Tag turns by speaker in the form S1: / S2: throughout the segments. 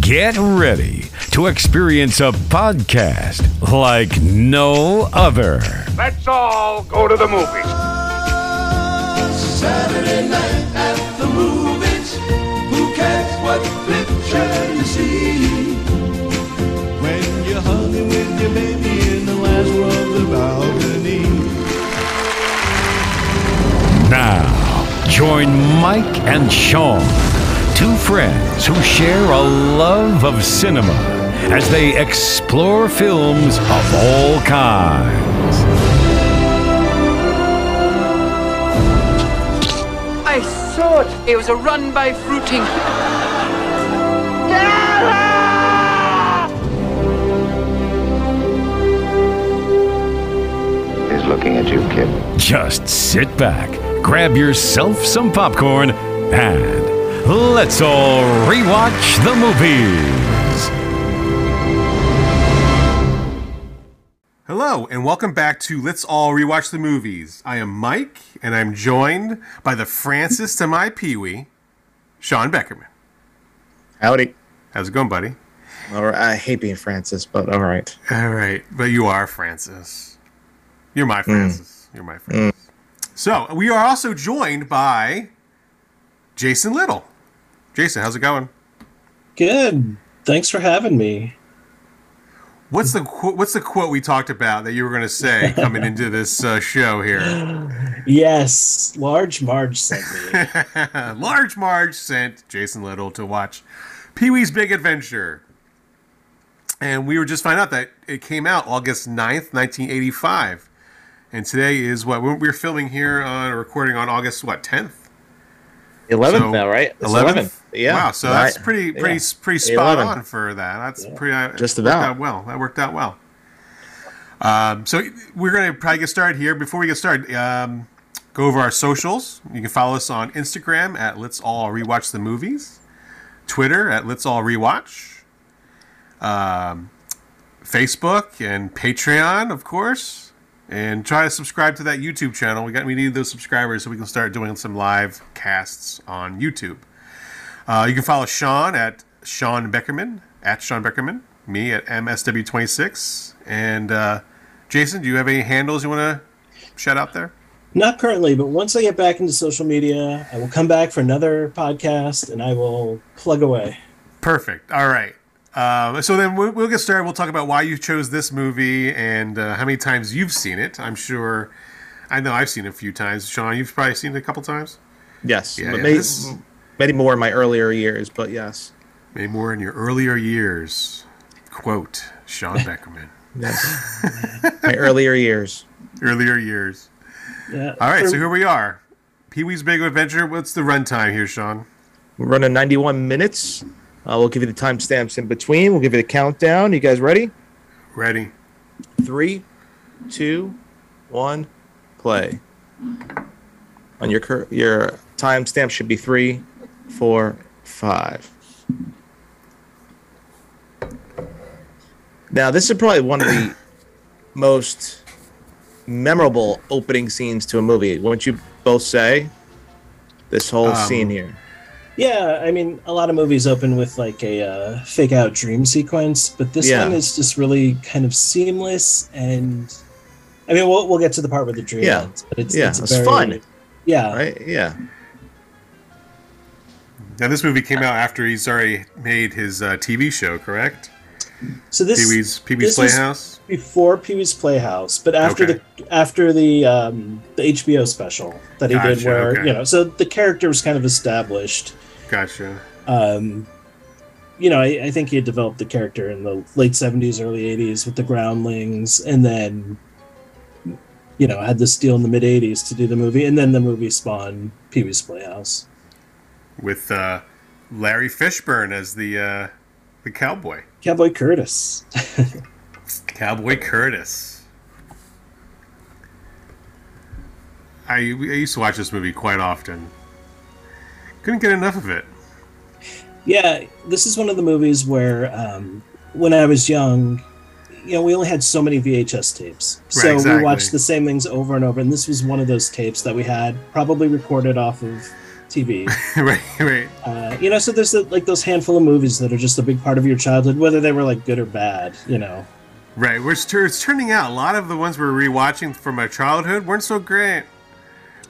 S1: Get ready to experience a podcast like no other.
S2: Let's all go to the movies.
S3: Saturday night at the movies. Who cares what picture you see? When you're hugging with your baby in the last row of the balcony.
S1: Now, join Mike and Sean, two friends who share a love of cinema as they explore films of all kinds.
S4: I saw it. It was a run by fruiting.
S5: is looking at you, kid.
S1: Just sit back, grab yourself some popcorn, and let's all rewatch the movies.
S6: Hello, and welcome back to Let's All Rewatch the Movies. I am Mike, and I'm joined by the Francis to my Pee Wee, Sean Beckerman.
S7: Howdy.
S6: How's it going, buddy?
S7: All right. I hate being Francis, but all right.
S6: All right, Mm. but you are Francis. You're my Francis. You're my Francis. So, we are also joined by Jason Little. Jason, how's it going?
S8: Good. Thanks for having me.
S6: What's the qu- what's the quote we talked about that you were going to say coming into this uh, show here?
S8: Yes, Large Marge sent me.
S6: Large Uh, Marge sent Jason Little to watch Pee Wee's Big Adventure. And we were just find out that it came out August 9th, 1985. And today is what we're we're filming here on recording on August what 10th?
S7: 11th
S6: So-
S7: now, right? It's
S6: 11th.
S7: Yeah.
S6: Wow. So
S7: Right.
S6: that's pretty pretty
S7: Yeah.
S6: pretty spot
S7: 11th.
S6: on for that. That's pretty uh,
S7: Just
S6: worked
S7: about.
S6: out well. That worked out well. Um, so we're gonna probably get started here. Before we get started, um, go over our socials. You can follow us on Instagram at Let's All Rewatch the Movies, Twitter at Let's All Rewatch, um, Facebook and Patreon, of course. And try to subscribe to that YouTube channel. We got we need those subscribers so we can start doing some live casts on YouTube. Uh, you can follow Sean at Sean Beckerman, at Sean Beckerman, me at MSW26. And uh, Jason, do you have any handles you want to shout out there?
S8: Not currently, but once I get back into social media, I will come back for another podcast and I will plug away.
S6: Perfect. All right. Uh, so then we'll, we'll get started. We'll talk about why you chose this movie and uh, how many times you've seen it. I'm sure. I know I've seen it a few times. Sean, you've probably seen it a couple times.
S7: Yes.
S6: Yeah,
S7: but
S6: yeah,
S7: Many,
S6: this-
S7: many more in my earlier years, but yes.
S6: Maybe more in your earlier years. Quote Sean Beckerman.
S7: Yes. my earlier years.
S6: earlier years.
S8: Yeah.
S6: All right,
S8: For-
S6: so here we are. Pee Wee's Big Adventure. What's the runtime here, Sean?
S7: We're running 91 minutes. Uh, we'll give you the timestamps in between. We'll give you the countdown. You guys ready?
S6: Ready?
S7: Three, two, one, play. On your cur- your timestamp should be three, four, five. Now this is probably one of the most memorable opening scenes to a movie. Wouldn't you both say? This whole
S6: Um,
S7: scene here.
S8: yeah, I mean, a lot of movies open with like a uh, fake out dream sequence, but this
S7: Yeah.
S8: one is just really kind of seamless and. I mean, we'll, we'll get to the part where the dream
S7: Yeah.
S8: ends, but it's,
S7: Yeah,
S8: it's, a
S7: it's
S8: very-
S7: fun.
S8: Yeah,
S7: Right? Yeah.
S6: Now, this movie came out after he's already made his uh, TV show, correct?
S8: so this
S6: Pee Wee's Pee Wee's
S8: this was-
S6: Playhouse.
S8: before Pee Wee's Playhouse, but after
S6: Okay.
S8: the after the um, the HBO special that he did,
S6: Gotcha,
S8: where
S6: okay.
S8: you know, so the character was kind of established.
S6: Gotcha.
S8: Um, you know, I, I think he had developed the character in the late seventies, early eighties with the Groundlings, and then you know had this deal in the mid eighties to do the movie, and then the movie spawned Pee Wee's Playhouse.
S6: With uh, Larry Fishburne as the uh, the cowboy,
S8: Cowboy Curtis.
S6: Cowboy Curtis. I, I used to watch this movie quite often. Couldn't get enough of it.
S8: Yeah, this is one of the movies where, um, when I was young, you know, we only had so many VHS tapes, so
S6: Right, exactly.
S8: we watched the same things over and over. And this was one of those tapes that we had, probably recorded off of TV.
S6: right, right.
S8: Uh, you know, so there's uh, like those handful of movies that are just a big part of your childhood, whether they were like good or bad. You know,
S6: Right, we're tur- it's turning out a lot of the ones we're rewatching from our childhood weren't so great,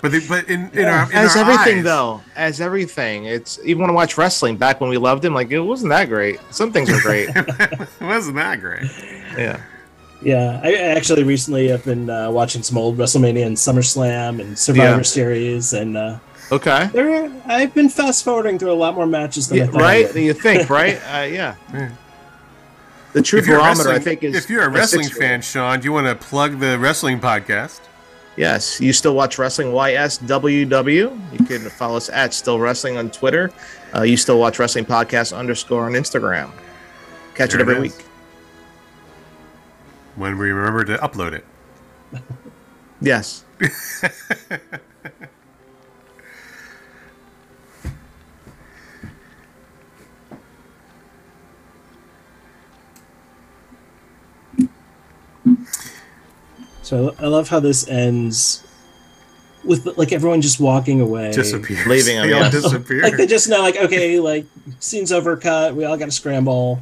S6: but they, but in, in our in
S7: as
S6: our
S7: everything
S6: eyes-
S7: though, as everything. It's even when I watch wrestling back when we loved him, like it wasn't that great. Some things are great.
S6: it wasn't that great.
S7: yeah.
S8: yeah. I, I actually recently have been uh, watching some old WrestleMania and SummerSlam and Survivor
S7: Yeah.
S8: Series, and uh,
S7: Okay.
S8: there are, I've been fast forwarding through a lot more matches than I
S7: Yeah,
S8: thought. I
S7: right?
S8: would.
S7: You think, right? Uh, yeah.
S6: Yeah.
S7: The true
S6: If you're a
S7: barometer, I
S6: wrestling-
S7: think, is
S6: if you're a wrestling fan,
S7: six-year-old.
S6: Sean, do you want to plug the wrestling podcast?
S7: Yes, you still watch wrestling? YSWW. You can follow us at Still Wrestling on Twitter. Uh, you still watch Wrestling Podcast underscore on Instagram. Catch
S6: There
S7: it every
S6: it is.
S7: week.
S6: When we remember to upload it.
S7: Yes.
S8: So I love how this ends with like everyone just walking away,
S6: Disappears.
S7: Leaving them,
S6: They all
S7: yeah.
S6: disappear.
S8: Like they just know, like okay, like scene's over, cut. We all got to scramble.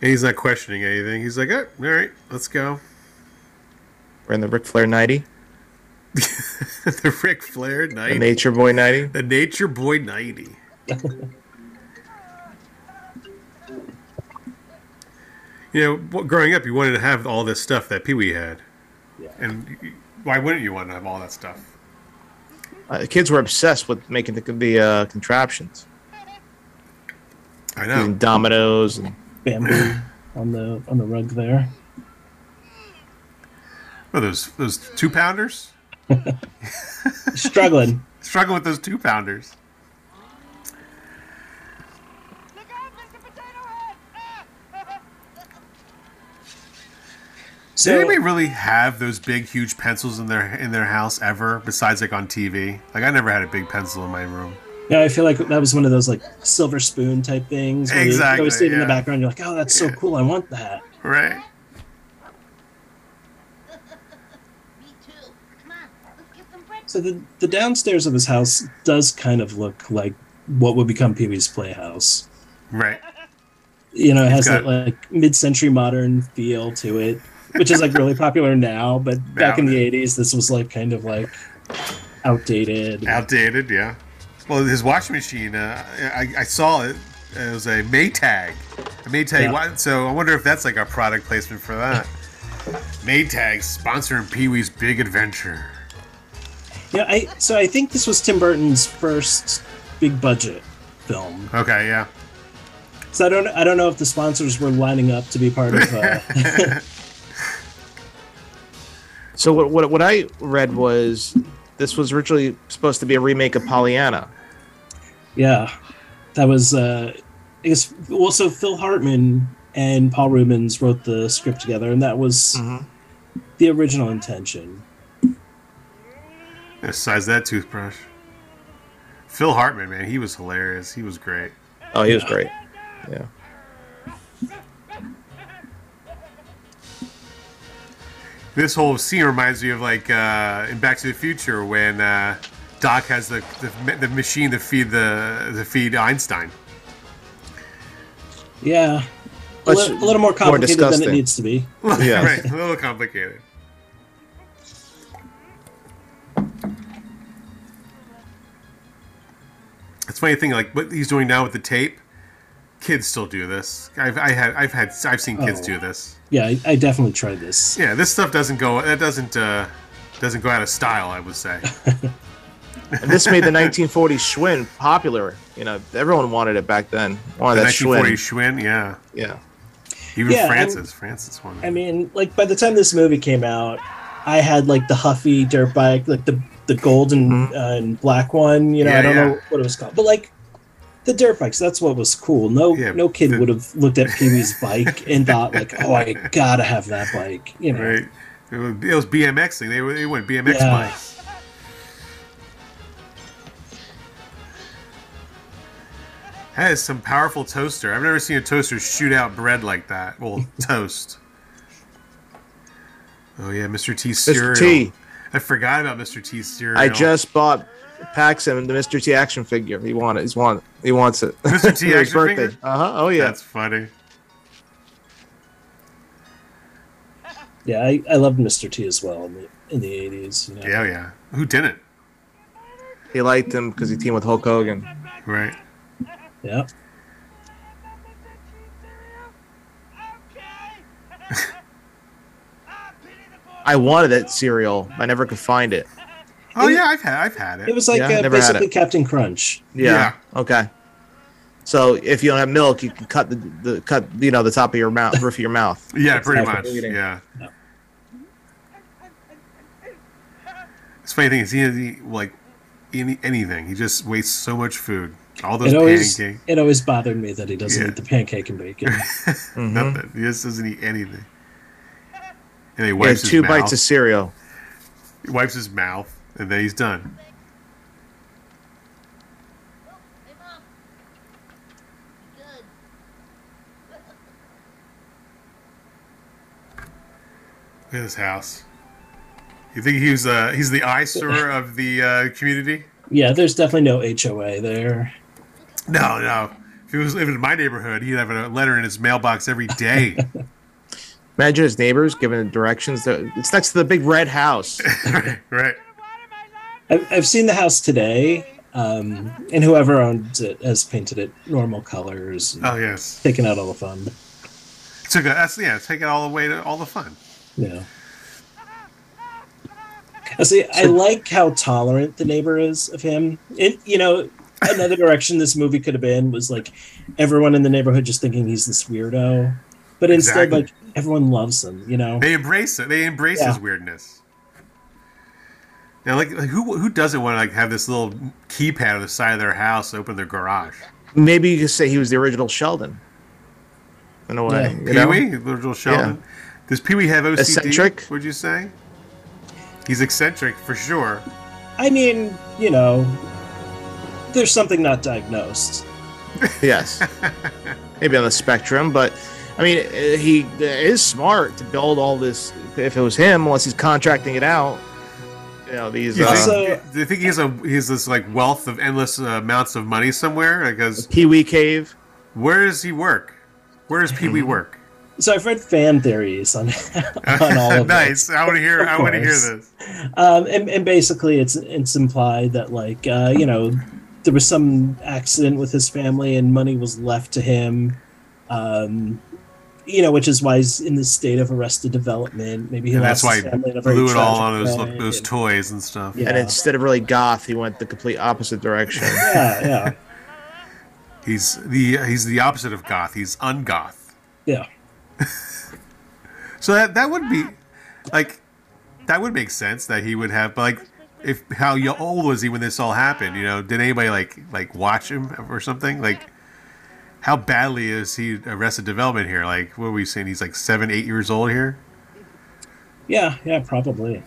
S6: And he's not questioning anything. He's like, oh, all right, let's go.
S7: We're in the Ric Flair 90,
S6: the Ric Flair
S7: the
S6: night.
S7: Nature Boy 90.
S6: The Nature Boy 90. you know, w- growing up, you wanted to have all this stuff that Pee Wee had.
S8: Yeah.
S6: And y- y- why wouldn't you want to have all that stuff?
S7: Uh, kids were obsessed with making the, the uh, contraptions,
S6: I
S7: using
S6: know.
S7: dominoes. And,
S8: bamboo on the on the rug there.
S6: What are those those two pounders?
S8: Struggling.
S6: Struggling with those two pounders.
S5: Look out, Mr. Potato Head!
S8: So
S6: Did anybody really have those big, huge pencils in their in their house ever? Besides, like on TV. Like I never had a big pencil in my room.
S8: yeah, I feel like that was one of those like silver spoon type things. Where You
S6: Exactly,
S8: always see it in the
S6: yeah.
S8: background. You're like, oh, that's so cool. I want that.
S6: Right.
S5: Me too. Come on, let's get some breakfast.
S8: So the the downstairs of his house does kind of look like what would become Pee Wee's Playhouse.
S6: Right.
S8: You know, it has
S6: got-
S8: that like mid century modern feel to it, which is like really popular now. But back in the '80s, this was like kind of like outdated.
S6: Outdated. Yeah. Well, his washing machine. Uh, I, I saw it. It was a Maytag. A Maytag.
S8: Yeah.
S6: wa- So I wonder if that's like a product placement for that. Maytag sponsoring Pee Wee's Big Adventure.
S8: Yeah, I so I think this was Tim Burton's first big budget film.
S6: Okay. Yeah.
S8: So I don't I don't know if the sponsors were lining up to be part of. Uh,
S7: so what, what what I read was this was originally supposed to be a remake of Pollyanna.
S8: yeah, that was. Uh, I guess well, so Phil Hartman and Paul Rubens wrote the script together, and that was the original intention.
S6: Besides that toothbrush. Phil Hartman, man, he was hilarious. He was great.
S7: Oh, he was great. Yeah.
S6: This whole scene reminds me of like uh, in Back to the Future when uh, Doc has the, the ma- the machine to feed the to feed Einstein.
S8: Yeah, a,
S7: Much
S8: li- a little more complicated than it
S7: disgusting.
S8: needs to be.
S7: Yes.
S6: right, a little complicated. It's funny thing like what he's doing now with the tape. Kids still do this. I've I had I've had I've seen kids
S8: Oh.
S6: do this.
S8: Yeah, I, I definitely tried this.
S6: Yeah, this stuff doesn't go that doesn't uh, doesn't go out of style. I would say.
S7: And this made the 1940s Schwinn popular. You know, everyone wanted it back then. Wanted
S6: The
S7: that Schwinn.
S6: 1940 Schwinn, yeah.
S7: Yeah.
S6: Even
S8: Yeah,
S6: Francis, Francis wanted.
S8: I mean, like by the time this movie came out, I had like the Huffy dirt bike, like the the golden uh, and black one. You know,
S6: Mm-hmm. Yeah,
S8: I don't
S6: yeah.
S8: know what it was called, but like the dirt bikes. That's what was cool. No,
S6: Yeah,
S8: no kid
S6: the-
S8: would have looked at Pee Wee's bike and thought like, "Oh, I gotta have that bike." You know,
S6: right? It was, it was BMX thing. They, were- they went BMX
S8: Yeah.
S6: bikes. That is some powerful toaster. I've never seen a toaster shoot out bread like that. Well, toast. Oh yeah, Mr. T cereal.
S7: Mr. T.
S6: I forgot about Mr. T cereal.
S7: I just bought Paxson the Mr. T action figure. He wanted. He's want. He wants it.
S6: Mr. T action figure?
S7: Uh huh. Oh yeah.
S6: That's funny.
S8: Yeah, I, I loved Mr. T as well in the in the eighties. You know?
S6: Yeah, yeah. Who didn't?
S7: He liked him because he teamed with Hulk Hogan.
S6: Right.
S8: Yeah.
S7: I wanted that cereal. I never could find it.
S6: Oh yeah, I've had I've had it.
S8: It was like
S7: Yeah,
S8: uh,
S7: never had
S8: basically
S7: it.
S8: Captain Crunch.
S7: Yeah. Okay. So if you don't have milk, you can cut the, the cut you know the top of your mouth, roof of your mouth.
S6: yeah, pretty
S8: Exactly.
S6: much.
S7: Eating.
S6: Yeah.
S8: Yeah.
S6: It's funny thing is he doesn't eat, like any anything. He just wastes so much food. All those
S8: It always
S6: pancakes,
S8: it always bothered me that he doesn't
S6: Yeah.
S8: eat the pancake and bacon.
S7: Mm-hmm.
S6: nothing. He just doesn't eat anything. And he
S7: You have
S6: wipes his
S7: two
S6: mouth.
S7: bites of cereal.
S6: He wipes his mouth, and then he's done.
S5: Oh, hey, Mom. Good.
S6: Look at this house. You think he's uh he's the eyesore of the uh, community?
S8: yeah, there's definitely no HOA there.
S6: No, no. If he was living in my neighborhood, he'd have a letter in his mailbox every day.
S7: Imagine his neighbors giving him directions. To, it's next to the big red house.
S6: right.
S8: I've, I've seen the house today, um, and whoever owns it has painted it normal colors, and
S6: Oh yes.
S8: taken out all the fun.
S6: Took a, that's yeah. Take it all the way to all the fun.
S8: Yeah. I see. I like how tolerant the neighbor is of him. It, you know, another direction this movie could have been was like everyone in the neighborhood just thinking he's this weirdo, but instead,
S6: Exactly.
S8: like everyone loves him. You know,
S6: They embrace it. They embrace
S8: Yeah.
S6: his weirdness. Now, like, like who who doesn't want to like have this little keypad on the side of their house, open their garage?
S7: Maybe you could say he was the original Sheldon. In a way,
S8: Yeah.
S7: you know?
S6: Pee Wee, little Sheldon. Does Pee Wee have OCD?
S7: Eccentric?
S6: Would you say? He's eccentric for sure.
S8: I mean, you know, there's something not diagnosed.
S7: Yes. Maybe on the spectrum, but I mean, uh, he is smart to build all this. If it was him, unless he's contracting it out, you know, these.
S6: Do you,
S7: uh,
S8: Also-
S6: think, do you think he has a he has this like wealth of endless uh, amounts of money somewhere? Because
S7: Pee Wee Cave.
S6: where does he work? Where does Pee Wee work?
S8: So I've read fan theories on on all of this.
S6: nice. I want to hear. I want to hear
S8: course.
S6: this.
S8: Um, and, and basically, it's it's implied that like uh, you know there was some accident with his family and money was left to him, um, you know, which is why he's in this state of arrested development. Maybe he
S6: And that's
S8: lost
S6: why
S8: his
S6: he
S8: family in a very
S6: blew it all on
S8: tragic
S6: those
S8: way,
S6: those
S8: and-
S6: toys and stuff.
S8: Yeah.
S7: And instead of really goth, he went the complete opposite direction.
S8: yeah, yeah,
S6: He's the he's the opposite of goth. He's ungoth.
S8: yeah.
S6: So that that would be like that would make sense that he would have but like if how y- old was he when this all happened? You know, did anybody like like watch him or something? Like how badly is he arrested development here? Like what are we saying? He's like seven, eight years old here.
S8: Yeah, yeah, probably.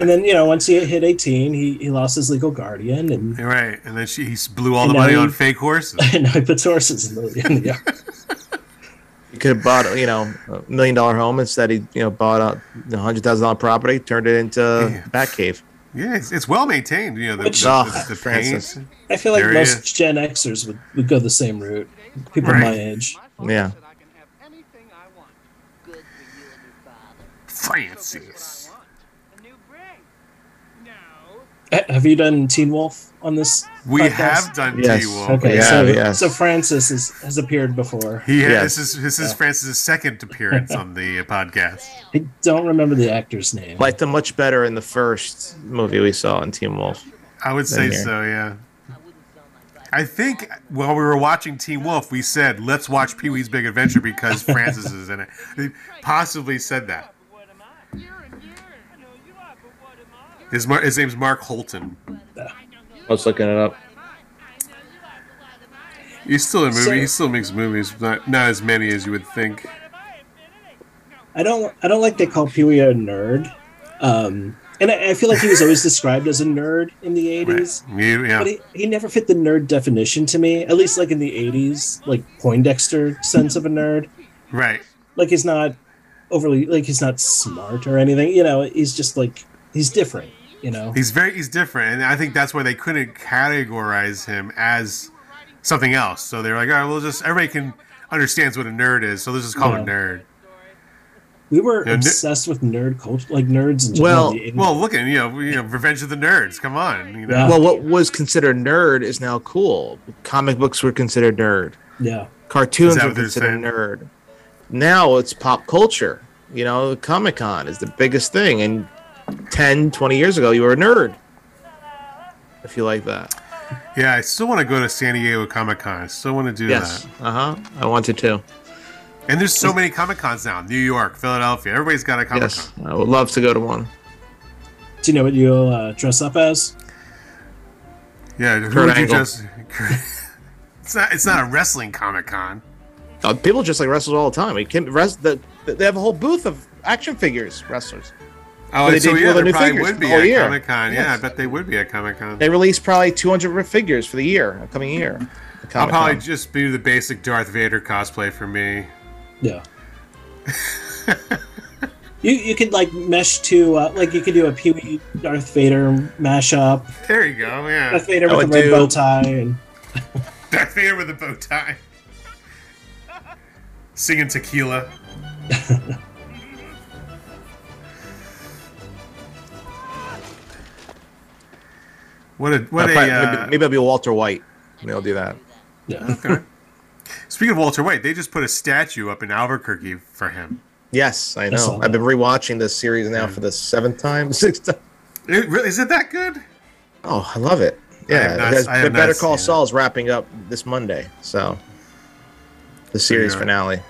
S8: and then you know, once he hit eighteen, he, he lost his legal guardian, and,
S6: Right, and then she he s- blew all
S8: And
S6: the
S8: now
S6: money
S8: he-
S6: on fake horses.
S8: and now he puts horses in the, in the yard.
S7: He could have bought, you know, a million dollar home. Instead, he, you know, bought a you know, hundred thousand dollar property, turned it into Batcave.
S6: Yeah, it's, it's well maintained. You know, the,
S8: Which- Oh,
S7: Ah,
S6: the, the, the
S7: Francis.
S6: paint.
S8: I feel like
S6: There he
S8: most
S6: is.
S8: Gen Xers would, would go the same route. People my
S6: Right.
S8: age.
S7: Yeah.
S5: Good for you and your father.
S6: Francis.
S8: Ha- Eh, Have you done Teen Wolf on this?
S6: We
S8: podcast?
S6: have done
S7: Yes.
S6: T Wolf.
S8: Okay,
S7: Yeah,
S8: so,
S7: yes.
S8: so Francis is, has appeared before.
S6: He had,
S7: Yes.
S6: this is this is Francis's second appearance on the uh, podcast.
S8: I don't remember the actor's name.
S7: Liked him much better in the first movie we saw in Team Wolf.
S6: I would say
S7: here.
S6: so, yeah. I think while we were watching Team Wolf, we said, let's watch Pee Wee's Big Adventure because Francis is in it. They possibly said that. His, mar- his name's Mark Holton.
S7: I was looking it up.
S6: He's still in movies.
S8: So-
S6: he still makes movies, but not, not as many as you would think.
S8: I don't. I don't like they call Pee Wee a nerd. Um, and I, I feel like he was always described as a nerd in the eighties.
S6: You, yeah.
S8: But he, he never fit the nerd definition to me, at least like in the 80s, like Poindexter sense of a nerd.
S6: Right.
S8: Like he's not overly like he's not smart or anything. You know, he's just like he's different. You know,
S6: He's very he's different, and I think that's why they couldn't categorize him as something else. So they're like, all right, we'll just everybody can understands what a nerd is, so let's just call him
S8: Yeah.
S6: a nerd.
S8: we were
S6: Yeah, ner-
S8: obsessed with nerd culture, like nerds. In general,
S7: Well-
S8: in the 80s.
S6: Well, look at you know, you know, Revenge of the Nerds. Come on, you know.
S8: Yeah.
S7: Well, what was considered nerd is now cool. Comic books were considered nerd.
S8: yeah,
S6: Is
S7: Cartoons
S6: that
S7: were
S6: what they're
S7: considered
S6: saying?
S7: nerd. Now it's pop culture. You know, Comic Con is the biggest thing. And 10, 20 years ago, you were a nerd. If you like that.
S6: Yeah, I still want to go to San Diego Comic Con. I still want to do
S7: Yes.
S6: that.
S7: Uh huh. I wanted to.
S6: And there's so many Comic Cons now. New York, Philadelphia. Everybody's got a Comic Con.
S7: Yes. I would love to go to one.
S8: do you know what you'll uh, dress up as?
S6: Yeah, who
S7: Kurt
S6: would you
S7: Angle.
S6: just? it's not. It's not a wrestling Comic Con.
S7: Uh, people just like wrestlers all the time. We can rest the, they have a whole booth of action figures wrestlers.
S6: Oh,
S7: But they
S6: so
S7: did
S6: yeah,
S7: all the
S6: there
S7: new
S6: probably
S7: figures
S6: would be
S7: all
S6: at
S7: year.
S6: Comic Con. Yeah, I
S7: Yes.
S6: bet they would be at Comic Con.
S7: They released probably 200 figures for the year, upcoming year. at
S6: I'll
S7: Comic-Con.
S6: probably just do the basic Darth Vader cosplay for me.
S8: Yeah. you you could like mesh to uh, like you could do a Pee Wee Darth Vader mashup.
S6: There you go. Yeah,
S8: Darth Vader
S7: I
S8: with a
S7: would
S8: red
S7: do-
S8: bow tie and
S6: Darth Vader with a bow tie, singing tequila. what a what
S7: Uh,
S6: a.
S7: probably-
S6: uh,
S7: maybe, maybe I'll be Walter White. Maybe I'll do that.
S8: yeah.
S6: Speaking of Walter White, they just put a statue up in Albuquerque for him.
S7: Yes, I
S8: saw
S7: know.
S8: that.
S7: I've been rewatching this series now for the seventh time, sixth time.
S6: It, really, is it that good?
S7: Oh, I love it. Yeah,
S6: not-
S7: it has-
S6: I have
S7: Better
S6: not
S7: Call
S6: seen it.
S7: Saul's wrapping up this Monday, so the series
S6: Yeah.
S7: finale.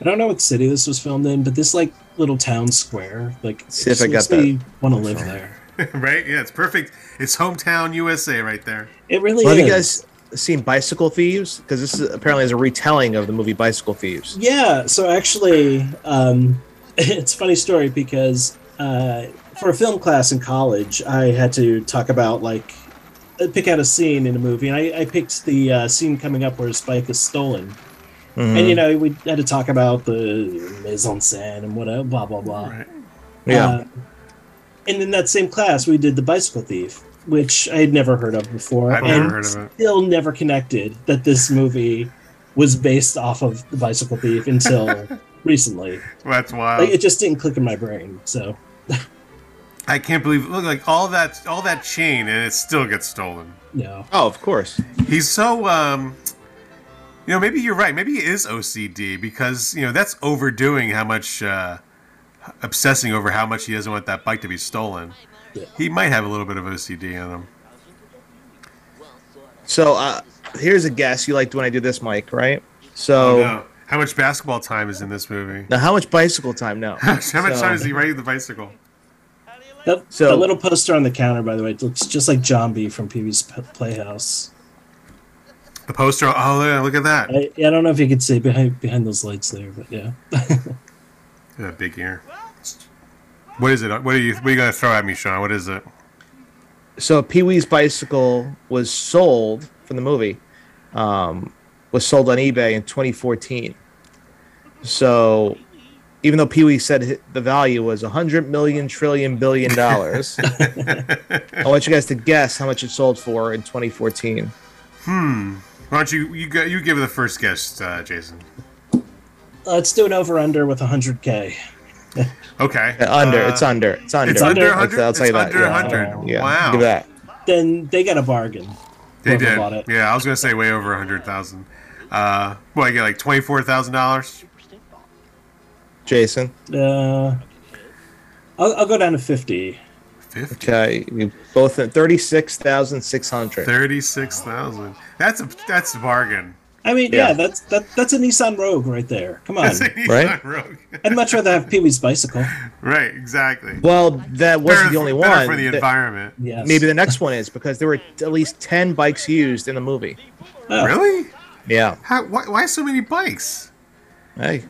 S8: I don't know what city this was filmed in, but this like little town square, like it
S7: See if
S8: just
S7: I got
S8: makes me want to live there.
S6: right? Yeah, it's perfect. It's hometown USA right there.
S8: It really
S7: Well,
S8: is.
S7: have you guys seen Bicycle Thieves? Because this is apparently is a retelling of the movie Bicycle Thieves.
S8: Yeah, so actually, um, it's a funny story because uh, for a film class in college, I had to talk about like uh, pick out a scene in a movie, and I, I picked the uh, scene coming up where his bike is stolen, and you know we had to talk about the mise en scène and whatever, blah blah blah.
S6: Right.
S7: Yeah,
S8: Uh, and in that same class, we did the Bicycle Thief, which I had never heard of before,
S6: I've never
S8: and
S6: heard of it.
S8: still never connected that this movie was based off of the Bicycle Thief until recently.
S6: That's
S8: Like,
S6: wild.
S8: it just didn't click in my brain. So
S6: I can't believe look like all that all that chain and it still gets stolen.
S8: no,
S7: Oh, of course.
S6: He's so um you know, maybe you're right. Maybe he is OCD because, you know, that's overdoing how much uh obsessing over how much he doesn't want that bike to be stolen.
S8: Yeah.
S6: He might have a little bit of OCD on him.
S7: So uh, here's a guess. You liked when I did this, Mike, right? So
S6: Oh, No. How much basketball time is in this movie?
S7: now, how much bicycle time? No.
S6: How much
S7: So-
S6: time is he riding the bicycle?
S8: that,
S7: So-
S8: that little poster on the counter, by the way, it looks just like John B from Pee Wee's P- Playhouse.
S6: The poster. Oh, yeah, look at that.
S8: I, I don't know if you could see behind behind those lights there, but yeah,
S6: Yeah, big ear. What is it? What are you? What are you gonna throw at me, Sean? What is it?
S7: so Pee Wee's bicycle was sold from the movie, um, was sold on eBay in 2014. So even though Pee Wee said hi- the value was 100 million trillion billion dollars, I want you guys to guess how much it sold for in 2014.
S6: Why don't you you go, you give the first guess, uh, Jason?
S8: let's do an over under with 100k.
S6: Okay.
S7: Uh, Under,
S6: Uh,
S7: it's under, it's under,
S6: It's under
S7: I'll
S6: 100.
S7: tell- I'll
S6: It's
S7: tell you that.
S6: under
S7: yeah.
S6: 100.
S7: Yeah,
S6: Wow.
S7: give that.
S8: Then they got a bargain.
S6: They
S8: Whoever
S6: did.
S8: bought it.
S6: Yeah, I was gonna say way over 100,000. Uh, what I get like 24,000 dollars?
S7: Jason.
S8: Uh, I'll, I'll go down to 50.
S6: 50.
S7: Okay, you both at 36,600.
S6: 36,000. That's a that's a bargain.
S8: I mean, yeah,
S7: Yeah.
S8: that's that, that's a Nissan Rogue right there. Come on,
S7: Right?
S6: Rogue.
S8: I'd much rather have Pee Wee's bicycle.
S6: right. Exactly.
S7: Well, that wasn't
S6: Better-
S7: the only one.
S6: better for the
S7: That-
S6: environment.
S8: Yes.
S7: Maybe the next one is because there were at least 10 bikes used in the movie.
S6: Really?
S7: Yeah.
S6: How, why, why so many bikes?
S7: Hey,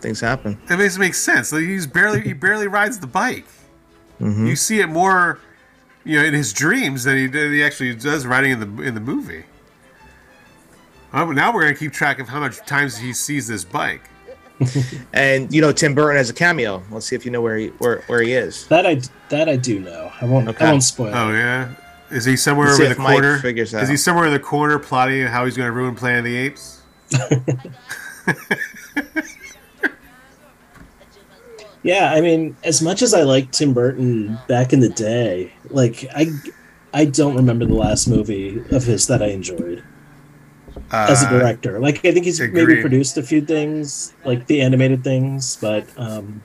S7: things happen.
S6: That makes makes sense. Like he's barely he barely rides the bike.
S7: Mm-hmm.
S6: You see it more, you know, in his dreams than he than he actually does riding in the Oh, in the movie. Um, now we're gonna keep track of how much times he sees this bike.
S7: and you know Tim Burton has a cameo. Let's see if you know where he where, where he is.
S8: That I that I do know. I won't.
S7: Okay.
S8: I won't spoil.
S6: Oh yeah, is he somewhere
S7: Let's
S6: over
S7: see
S6: the
S7: if Mike
S6: corner?
S7: figures
S6: Is he
S7: out.
S6: somewhere in the corner plotting how he's going to ruin Planet of the Apes?
S8: Yeah, I mean, as much as I liked Tim Burton back in the day, like I, I don't remember the last movie of his that I enjoyed as a
S6: Uh,
S8: director. Like I think he's
S6: agreed.
S8: maybe produced a few things, like the animated things, but um,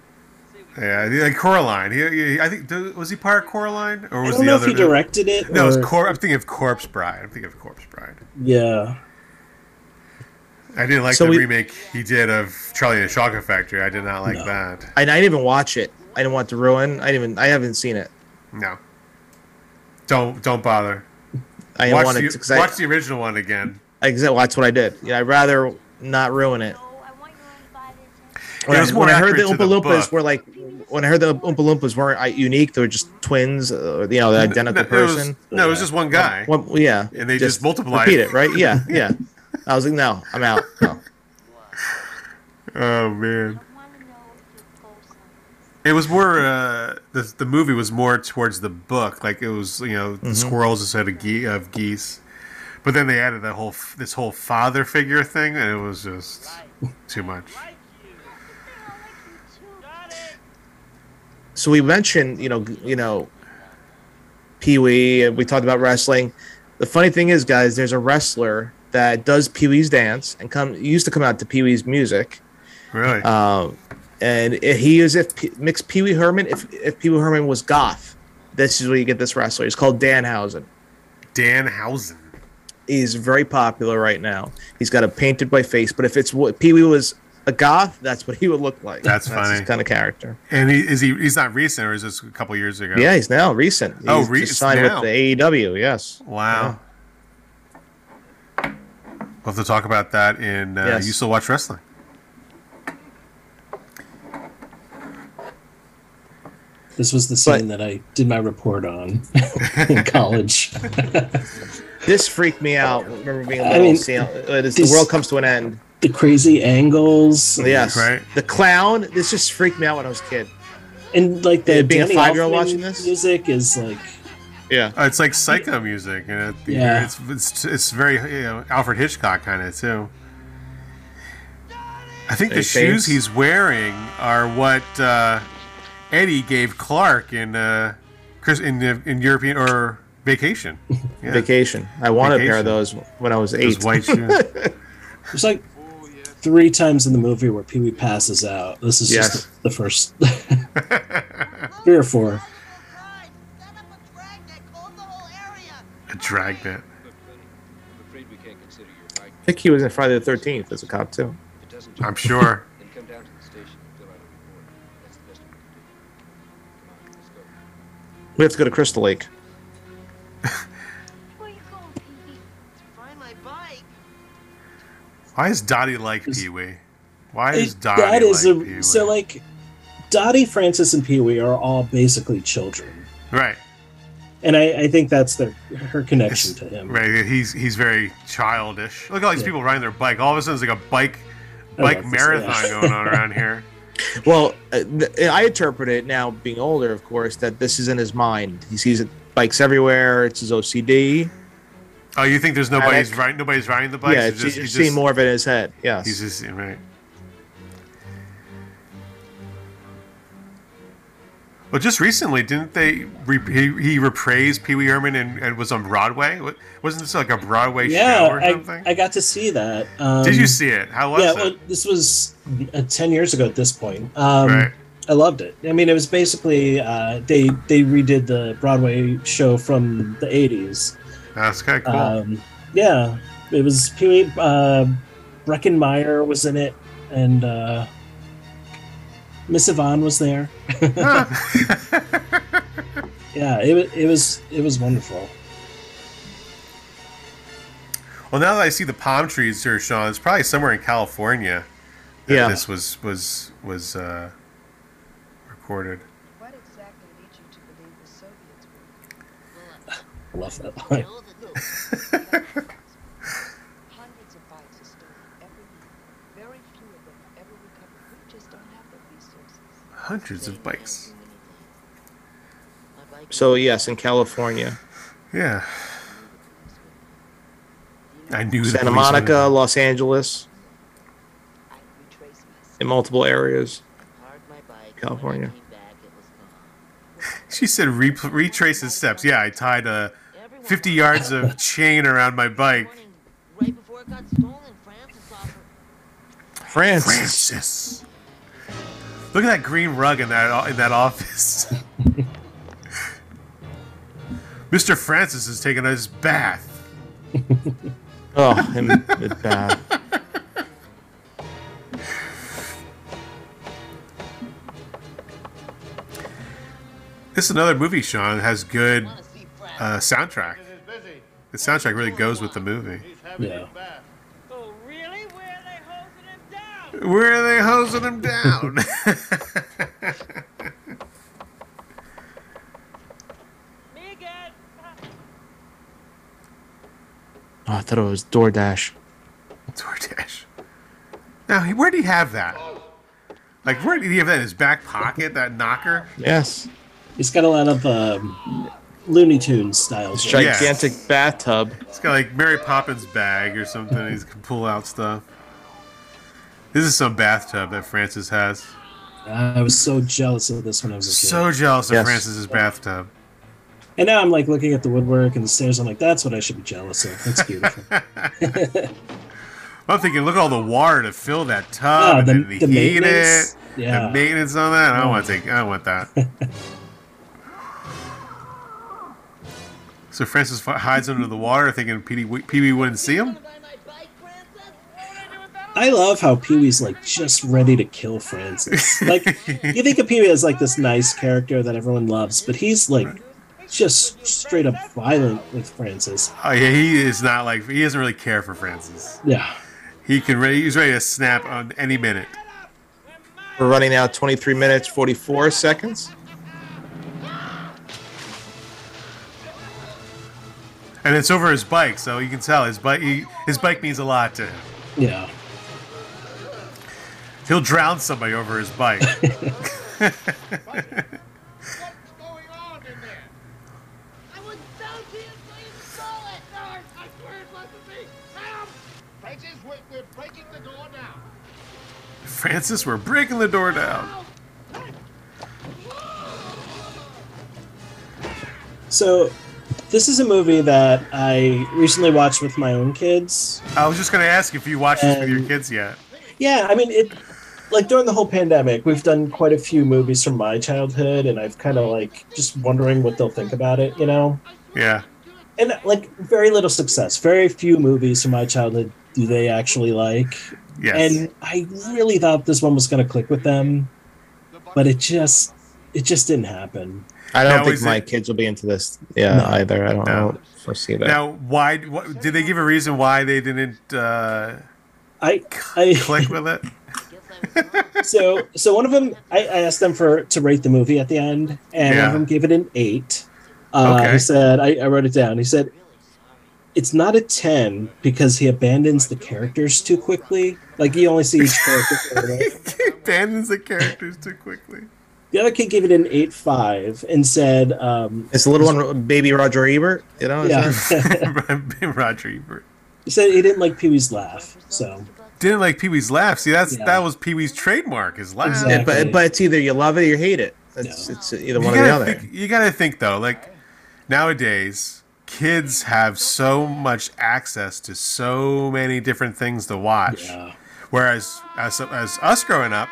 S6: Yeah, like Coraline. He, he, I think was he part of Coraline or
S8: I
S6: was
S8: don't
S6: the
S8: know
S6: other?
S8: if he directed it.
S6: no, it's
S8: or-
S6: Cor- I'm thinking of Corpse Bride. I'm thinking of Corpse Bride.
S8: Yeah,
S6: I didn't like
S7: So
S6: the
S7: we-
S6: remake he did of Charlie and the Chocolate Factory. I did not like
S8: No.
S6: that.
S7: I, I didn't even watch it. I didn't want to ruin. I didn't even. I haven't seen it.
S6: No, don't don't bother.
S7: I didn't
S6: Watch,
S7: want
S6: the,
S7: it because I,
S6: watch the original one again.
S7: I, that's what I did. Yeah, I'd rather not ruin it.
S9: Oh,
S7: When,
S6: It
S7: I,
S6: was more
S7: when I heard the
S6: accurate to
S7: Oompa
S6: the
S7: Loompas
S6: book.
S7: were like, when I heard the Oompa Loompas weren't uh, unique, they were just twins, uh, you know, the
S6: No,
S7: identical
S6: it was-
S7: person.
S6: no, it was just one guy.
S7: Well, yeah,
S6: And they just multiplied.
S7: Repeat it, right? Yeah, yeah. I was like, no, I'm out. No.
S6: Oh man. It was more uh, the the movie was more towards the book, like it was you know
S7: Mm-hmm.
S6: the squirrels instead of, ge- of geese, but then they added that whole f- this whole father figure thing, and it was just too much.
S7: So we mentioned, you know, g- you know, Pee Wee. and We talked about wrestling. The funny thing is, guys, there's a wrestler that does Pee Wee's dance and come used to come out to Pee Wee's music.
S6: Really,
S7: Um, and i- he is if P- mix Pee Wee Herman. If if Pee Wee Herman was goth, this is where you get this wrestler. He's called Danhausen.
S6: Dan Housen.
S7: He's very popular right now. He's got a painted by face, but if it's what Pee Wee was a goth, that's what he would look like.
S6: That's
S7: his
S6: funny.
S7: kind of character.
S6: And he, is he? He's not recent, or is this a couple years ago?
S7: Yeah, he's now recent. He's
S6: Oh,
S7: just
S6: recent
S7: signed
S6: now.
S7: with the AEW. Yes.
S6: Wow. We'll have to talk about that in uh,
S7: Yes.
S6: You Still Watch Wrestling.
S8: this was the
S7: But-
S8: scene that I did my report on in college.
S7: This freaked me out. Remember being
S8: I
S7: little,
S8: mean,
S7: seeing it is
S8: this-
S7: the world comes to an end.
S8: the crazy angles,
S7: Yes.
S6: Right.
S7: The clown. This just freaked me out when I was a kid.
S8: and like the
S7: Yeah, being a
S8: Danny
S7: five-year-old
S8: Elfman
S7: watching this?
S8: music is like
S7: Yeah.
S6: Uh, it's like psycho music, and it,
S8: Yeah.
S6: it's, it's it's very you know Alfred Hitchcock kind of too. I think the
S7: They
S6: shoes
S7: faints.
S6: he's wearing are what uh, Eddie gave Clark in uh, Chris in the- in European or Vacation. Yeah,
S7: Vacation. I wanted a pair
S6: Vacation.
S7: of those when I was
S6: those
S7: eight.
S6: white shoes.
S8: There's like three times in the movie where Pee Wee passes out. This is
S7: Yes.
S8: just the, the first three or four.
S6: A dragnet.
S7: I think he was in Friday the Thirteenth as a cop too.
S6: I'm sure.
S7: We have to go to Crystal Lake.
S6: Why is Dottie like Pee Wee? Why is
S8: It-
S6: Dottie
S8: that is
S6: like
S8: a
S6: Pee Wee?
S8: so like Dottie, Francis, and Pee Wee are all basically children,
S6: right,
S8: and I, I think that's their her connection to him.
S6: right. He's he's very childish. Look at all these
S8: Yeah. Oh,
S6: people riding their bike. All of a sudden, it's like a bike
S8: I
S6: bike
S8: love this, yeah.
S6: marathon going on around here.
S7: Well, uh, th- I interpret it now, being older, of course, that this is in his mind. He sees it, bikes everywhere. It's his OCD.
S6: Oh, you think there's nobody's
S7: Attic.
S6: riding? Nobody's riding the bikes.
S7: yeah,
S6: It's
S7: it's,
S6: just-
S7: you're
S6: he's
S7: seeing
S6: just-
S7: more of it in his head. Yes.
S6: He's just right. Well, just recently, didn't they? Re- he, he reprised Pee Wee Herman and, and was on Broadway. Wa- Wasn't this like a Broadway show or
S8: Yeah,
S6: something?
S8: I, I got to see that. Um,
S6: Did you see it? How was
S8: Yeah,
S6: it?
S8: well, this was uh, ten years ago at this point. Um,
S6: right.
S8: I loved it. I mean, it was basically uh, they they redid the Broadway show from the '80s.
S6: That's kind of cool.
S8: Um, yeah, it was Pee Wee. Uh, Breckenmeyer was in it, and uh, Miss Yvonne was there. uh, yeah, it, wa- it was it was wonderful.
S6: well, now that I see the palm trees here, Sean, it's probably somewhere in California. that
S7: Yeah.
S6: This was was was uh, recorded.
S10: What exactly leads you to believe the Soviets were
S8: I love that line.
S10: hundreds of bikes are stolen every week? Very few of them ever recovered.
S6: hundreds of bikes.
S7: So yes, in California,
S6: Yeah. I knew the
S7: Santa
S6: police were
S7: Monica,
S6: there.
S7: Los Angeles, in multiple areas. California.
S6: She said re- retrace his steps. Yeah, I tied uh, 50 yards of chain around my bike.
S5: Right before it got stolen, Francis offered.
S7: France.
S6: Francis. Look at that green rug in that in that office. Mr. Francis is taking his bath.
S7: Oh, him Oh, with that.
S6: This is another movie, Sean, that has good
S5: Wanna see Francis?
S6: uh, soundtrack. The soundtrack really goes with the movie.
S8: Yeah.
S5: oh, really? Where are they hosing him down?
S6: Where are they hosing him down?
S5: Me again.
S7: Oh, I thought it was DoorDash.
S6: DoorDash. Now, where did he have that? Like, where did he have that in his back pocket? That knocker?
S7: Yes,
S8: He's got a lot of um, Looney Tunes style.
S7: It's
S8: jokes.
S7: gigantic bathtub.
S6: It's got like Mary Poppins bag or something. He can pull out stuff. This is some bathtub that Francis has.
S8: I was so jealous of this when I was a kid.
S6: So jealous of
S7: Yes.
S6: Francis's bathtub.
S8: and now I'm like looking at the woodwork and the stairs. I'm like, that's what I should be jealous of. That's beautiful.
S6: I'm thinking, look at all the water to fill that
S8: Ah,
S6: tub
S8: the-
S6: and then
S8: the
S6: heat
S8: maintenance.
S6: it.
S8: Yeah. Oh.
S6: The maintenance on that. I don't want to take. I don't want that. so Francis fi- hides under the water, thinking Pee Wee Pee Wee wouldn't see him.
S5: Wanna buy my bike, Francis? What would I do without
S8: I love how Pee Wee's like just ready to kill Francis. Like you think of Pee Wee as like this nice character that everyone loves, but he's like just straight up violent with Francis.
S6: Oh yeah, he is not like he doesn't really care for Francis.
S8: Yeah.
S6: He can re- he's ready to snap on any minute.
S7: We're running out 23 minutes 44 seconds.
S6: and it's over his bike, so you can tell his bike. He, his bike means a lot to him.
S8: Yeah.
S6: He'll drown somebody over his bike.
S5: What's going on in there? I was down to you until you stole it. No, I, I swear it wasn't me. Help! Francis, we're, we're breaking the door now.
S6: Francis, we're breaking the door down.
S8: So this is a movie that I recently watched with my own kids.
S6: I was just gonna ask if you watched this with your kids yet.
S8: Yeah, I mean it like during the whole pandemic, we've done quite a few movies from my childhood and I've kind of like just wondering what they'll think about it, you know?
S6: Yeah,
S8: and like very little success. Very few movies from my childhood do they actually like.
S6: yes.
S8: And I really thought this one was going to click with them, but it just it just didn't happen.
S7: I don't
S6: Now,
S7: think
S6: is
S7: my
S6: it-
S7: kids will be into this. Yeah,
S8: No.
S7: either. I don't
S6: No.
S7: know. Foresee that.
S6: now, why? What, did they give a reason why they didn't uh,
S8: I I
S6: click with it?
S8: so so one of them I, I asked them for to rate the movie at the end, and one
S6: Yeah.
S8: of them gave it an eight. Uh,
S6: Okay.
S8: He said I, I wrote it down. He said it's not a ten because he abandons the characters too quickly. Like you only see each character. for a minute.
S6: He abandons the characters too quickly.
S8: The other kid gave it an eight five and said, um,
S7: It's the little one, baby Roger Ebert. You know, is
S8: "Yeah,
S7: that-
S6: Roger Ebert
S8: he said he didn't like Pee Wee's laugh." So
S6: didn't like Pee Wee's laugh. See, that's
S8: Yeah.
S6: that was Pee Wee's trademark. His laugh.
S8: Exactly.
S7: Yeah, but but it's either you love it or you hate it. It's,
S8: No.
S7: it's either
S6: You
S7: one or the
S6: gotta,
S7: other.
S6: think, you gotta think though, like nowadays, kids have so much access to so many different things to watch.
S8: yeah,
S6: Whereas as, as us growing up,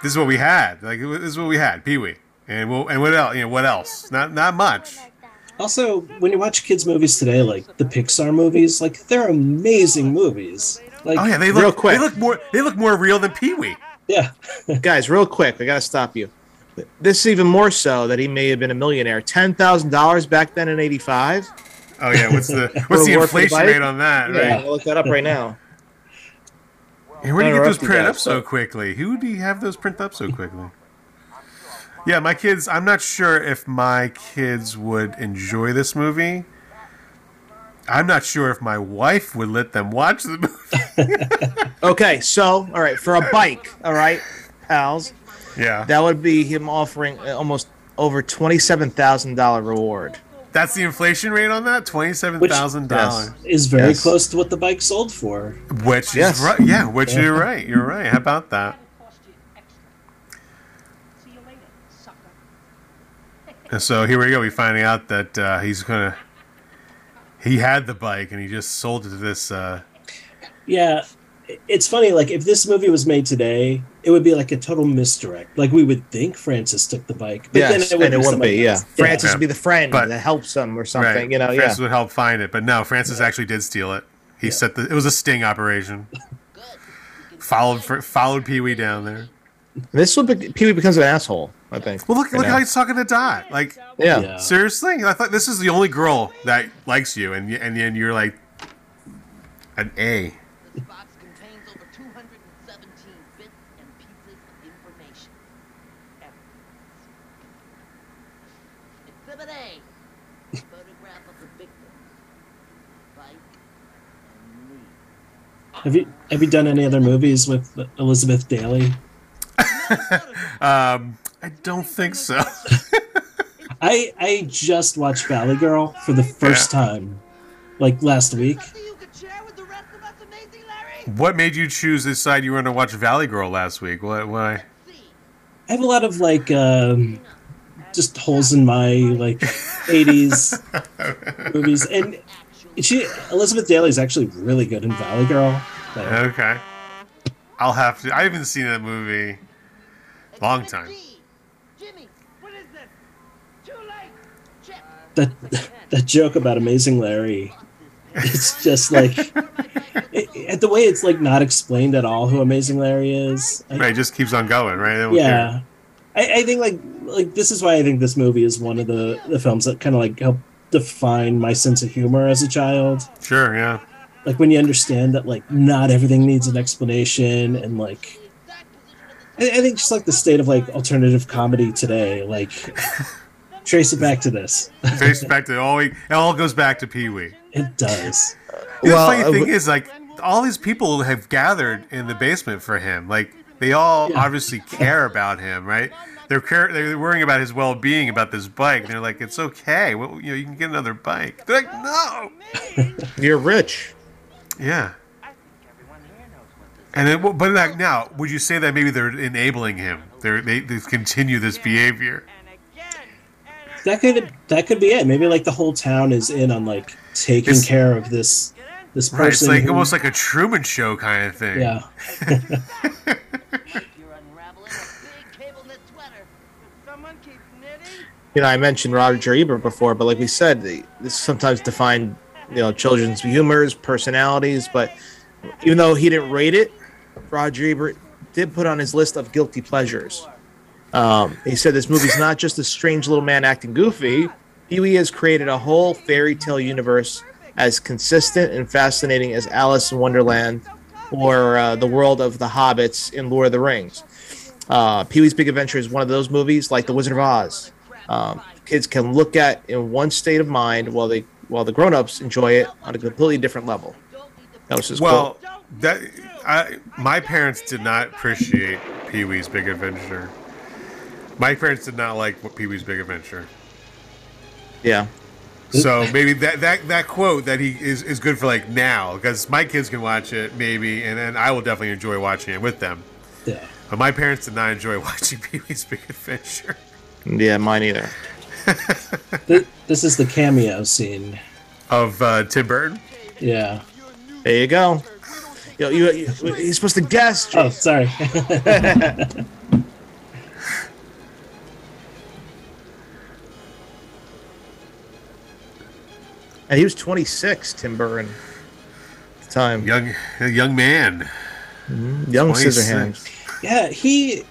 S6: this is what we had. Like this is what we had, Pee Wee, and we'll, and what else? You know what else? Not not much.
S8: also when you watch kids' movies today, like the Pixar movies, like they're amazing movies. Like,
S6: Oh yeah, they look
S7: Real quick.
S6: They look more they look more real than Pee Wee.
S8: yeah,
S7: Guys, real quick, I gotta stop you. This is even more so that he may have been a millionaire. Ten thousand dollars back then in '85.
S6: Oh yeah, what's the what's the
S7: Reward for the
S6: inflation
S7: bike?
S6: rate on that?
S7: Yeah,
S6: Right?
S7: I'll look that up right now.
S6: And where do you get those
S7: Interrupt you
S6: printed
S7: guys,
S6: up so
S7: but-
S6: quickly? Who do you have those print up so quickly? Yeah, my kids. I'm not sure if my kids would enjoy this movie. I'm not sure if my wife would let them watch the movie.
S7: Okay, so all right for a bike, all right, pals.
S6: Yeah.
S7: That would be him offering uh, almost over twenty-seven thousand dollar reward.
S6: That's the inflation rate on that? $27,000.
S8: Is very
S7: Yes.
S8: close to what the bike sold for.
S6: Which
S7: Yes.
S6: is right. Yeah, which you're right. You're right. How about that? And so here we go. We're finding out that uh, he's going to. He had the bike and he just sold it to this. Uh,
S8: Yeah, i- it's funny. Like if this movie was made today, it would be like a total misdirect. Like we would think Francis took the bike, but
S7: yes,
S8: then it would
S7: and it wouldn't
S8: somebody
S7: be. Yeah,
S8: else.
S7: Francis
S6: Yeah.
S7: would be the friend
S6: But-
S7: that helps him or something.
S6: right.
S7: You know,
S6: Francis
S7: yeah.
S6: would help find it. But no, Francis actually did steal it. He set the. It was a sting operation. followed for, followed Pee Wee down there.
S7: This will be Pee Wee becomes an asshole. I think.
S6: Well, look
S7: You
S6: look
S7: know?
S6: how he's talking to Dot. Like,
S7: yeah.
S8: Yeah.
S6: Seriously, I thought this is the only girl that likes you, and y- and then you're like an A.
S11: This box contains over 217 bits and pieces of information. Evidence. Exhibit A. Photograph of the victim. Bike and me.
S8: Have you have you done any other movies with Elizabeth Daly?
S6: Um, I don't think so.
S8: I I just watched Valley Girl for the first time, like last week.
S11: Something you could share with the rest of us, Amazing Larry?
S6: what made you choose this side you were going to watch Valley Girl last week? What? Why?
S11: See,
S8: I have a lot of like um, just holes in my like '80s movies, and she Elizabeth Daly is actually really good in Valley Girl. Like,
S6: Okay, I'll have to. I haven't seen that movie. Long time.
S11: D. Jimmy, what is this? Too late. Chip.
S8: that that joke about Amazing Larry, it's just like it, it- the way it's like not explained at all who Amazing Larry is. I-
S6: Right, it just keeps on going. Right? They don't
S8: yeah I, I think like like this is why i think this movie is one of the the films that kind of like helped define my sense of humor as a child
S6: care. Sure. Yeah.
S8: like when you understand that like not everything needs an explanation and like i, I think just like the state of like alternative comedy today like trace it back to this
S6: Face back to all. It all goes back to Pee Wee.
S8: it does
S6: The
S7: Well,
S6: funny
S7: uh,
S6: thing
S7: w-
S6: is, like, all these people have gathered in the basement for him. Like, they all
S8: Yeah.
S6: obviously care about him, right? They're care- they're worrying about his well being, about this bike. They're like, it's okay. Well, you know, you can get another bike. They're like, no.
S7: You're rich.
S6: Yeah. And then, but like now, would you say that maybe they're enabling him? They're, they they continue this behavior.
S8: that could that could be it maybe like the whole town is in on like taking
S6: It's-
S8: care of this this person
S6: Right? It's like
S8: who-
S6: almost like a Truman Show kind of thing.
S8: yeah
S11: You're unraveling a big cable knit sweater. Someone keeps knitting.
S7: You know, I mentioned Roger Ebert before, but like we said, the- this sometimes defined you know children's humors, personalities. But even though he didn't rate it, Roger Ebert did put on his list of guilty pleasures. Um, he said this movie's not just a strange little man acting goofy. Pee Wee has created a whole fairy tale universe as consistent and fascinating as Alice in Wonderland or uh, the world of the hobbits in Lord of the Rings. Uh, Pee Wee's Big Adventure is one of those movies, like The Wizard of Oz. Um, kids can look at in one state of mind while they while the grown-ups enjoy it on a completely different level. That was his
S6: Well,
S7: quote.
S6: that I, my parents did not appreciate Pee Wee's Big Adventure. My parents did not like Pee Wee's Big Adventure.
S7: Yeah.
S6: So maybe that, that, that quote that he is, is good for like now because my kids can watch it maybe, and then I will definitely enjoy watching it with them.
S8: yeah
S6: But my parents did not enjoy watching Pee Wee's Big Adventure.
S7: Yeah, mine either.
S8: Th- this is the cameo scene
S6: Of uh, Tim Burton,
S8: yeah
S7: There you go. Yo, you, you, you're supposed to guess. Jay.
S8: Oh, sorry.
S7: And he was 26, Tim Burton, at the time.
S6: young a young man.
S7: Young
S6: 26.
S7: Scissorhands.
S8: yeah, he.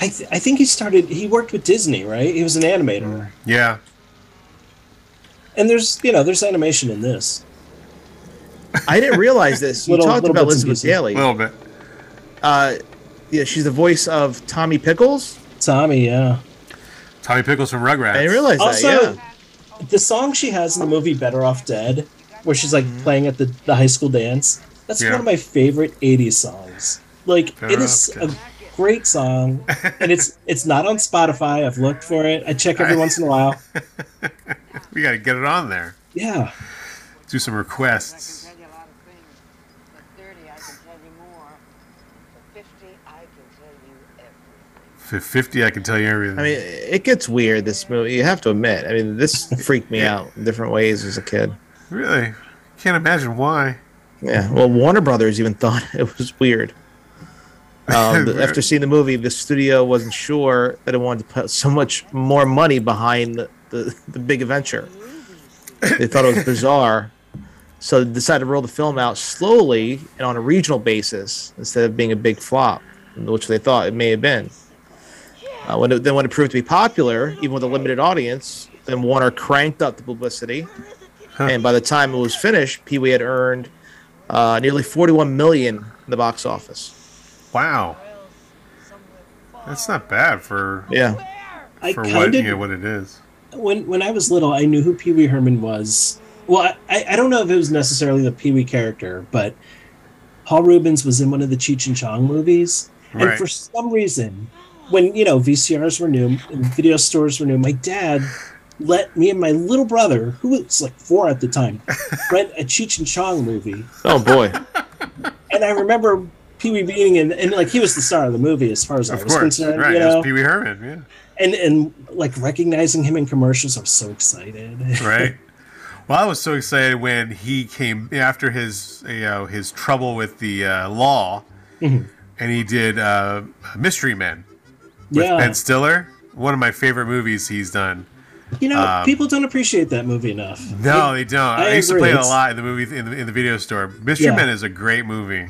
S8: I, th- I think he started. He worked with Disney, right? He was an animator,
S6: Yeah,
S8: and there's you know there's animation in this.
S7: I didn't realize this. You
S8: Little-
S7: talked
S8: little
S7: about
S8: bits and
S7: Elizabeth
S8: pieces.
S6: a
S7: Daly.
S6: little bit.
S7: Uh, yeah, she's the voice of Tommy Pickles.
S8: Tommy, yeah.
S6: Tommy Pickles from Rugrats.
S7: I didn't realize
S8: Also,
S7: that. Yeah.
S8: the song she has in the movie Better Off Dead, where she's like playing at the, the high school dance. That's
S6: Mm-hmm. Yeah.
S8: one of my favorite '80s songs. Like
S6: Better
S8: it is
S6: Off
S8: a
S6: Dead.
S8: great song, and it's it's not on Spotify. I've looked for it. I check every once in a while.
S6: We got to get it on there.
S8: Yeah.
S6: Do some requests.
S10: tell you a lot of things. But 30, I can tell you more. But 50, I can tell you everything.
S6: For 50, I can tell you everything.
S7: I mean, it gets weird. This movie, you have to admit. I mean, this freaked me out in different ways as a kid.
S6: really? Can't imagine why.
S7: Yeah. Well, Warner Brothers even thought it was weird. Um, th- after seeing the movie, the studio wasn't sure that it wanted to put so much more money behind the, the, the big adventure. They thought it was bizarre, so they decided to roll the film out slowly and on a regional basis instead of being a big flop, which they thought it may have been. Uh, when it, then when it proved to be popular, even with a limited audience, then Warner cranked up the publicity, and by the time it was finished, Pee Wee had earned uh, nearly 41 million in the box office.
S6: Wow. That's not bad for
S7: Yeah,
S8: I
S6: for what,
S8: kind
S6: you know,
S8: of
S6: what it is.
S8: when when I was little, I knew who Pee Wee Herman was. Well, I, I don't know if it was necessarily the Pee Wee character, but Paul Rubens was in one of the Cheech and Chong movies,
S6: Right.
S8: and for some reason, when you know VCRs were new and video stores were new, my dad let me and my little brother, who was like four at the time, rent a Cheech and Chong movie,
S7: Oh boy.
S8: and I remember Pee Wee being in, and like he was the star of the movie as far as I
S6: Of
S8: was
S6: course.
S8: concerned,
S6: Right.
S8: you
S6: It
S8: know,
S6: was Pee Wee Herman.
S8: and and like recognizing him in commercials, I was so excited.
S6: Yeah. Right. well, I was so excited when he came after his, you know, his trouble with the uh, law
S8: Mm-hmm.
S6: and he did uh, Mystery Men with
S8: yeah,
S6: Ben Stiller. One of my favorite movies he's done.
S8: You know, people don't appreciate that movie enough.
S6: um, No, they don't. I,
S8: I
S6: used to
S8: agree.
S6: play it a
S8: It's-
S6: lot in the movie in the, in the video store. Mystery
S8: Yeah.
S6: Men is a great movie.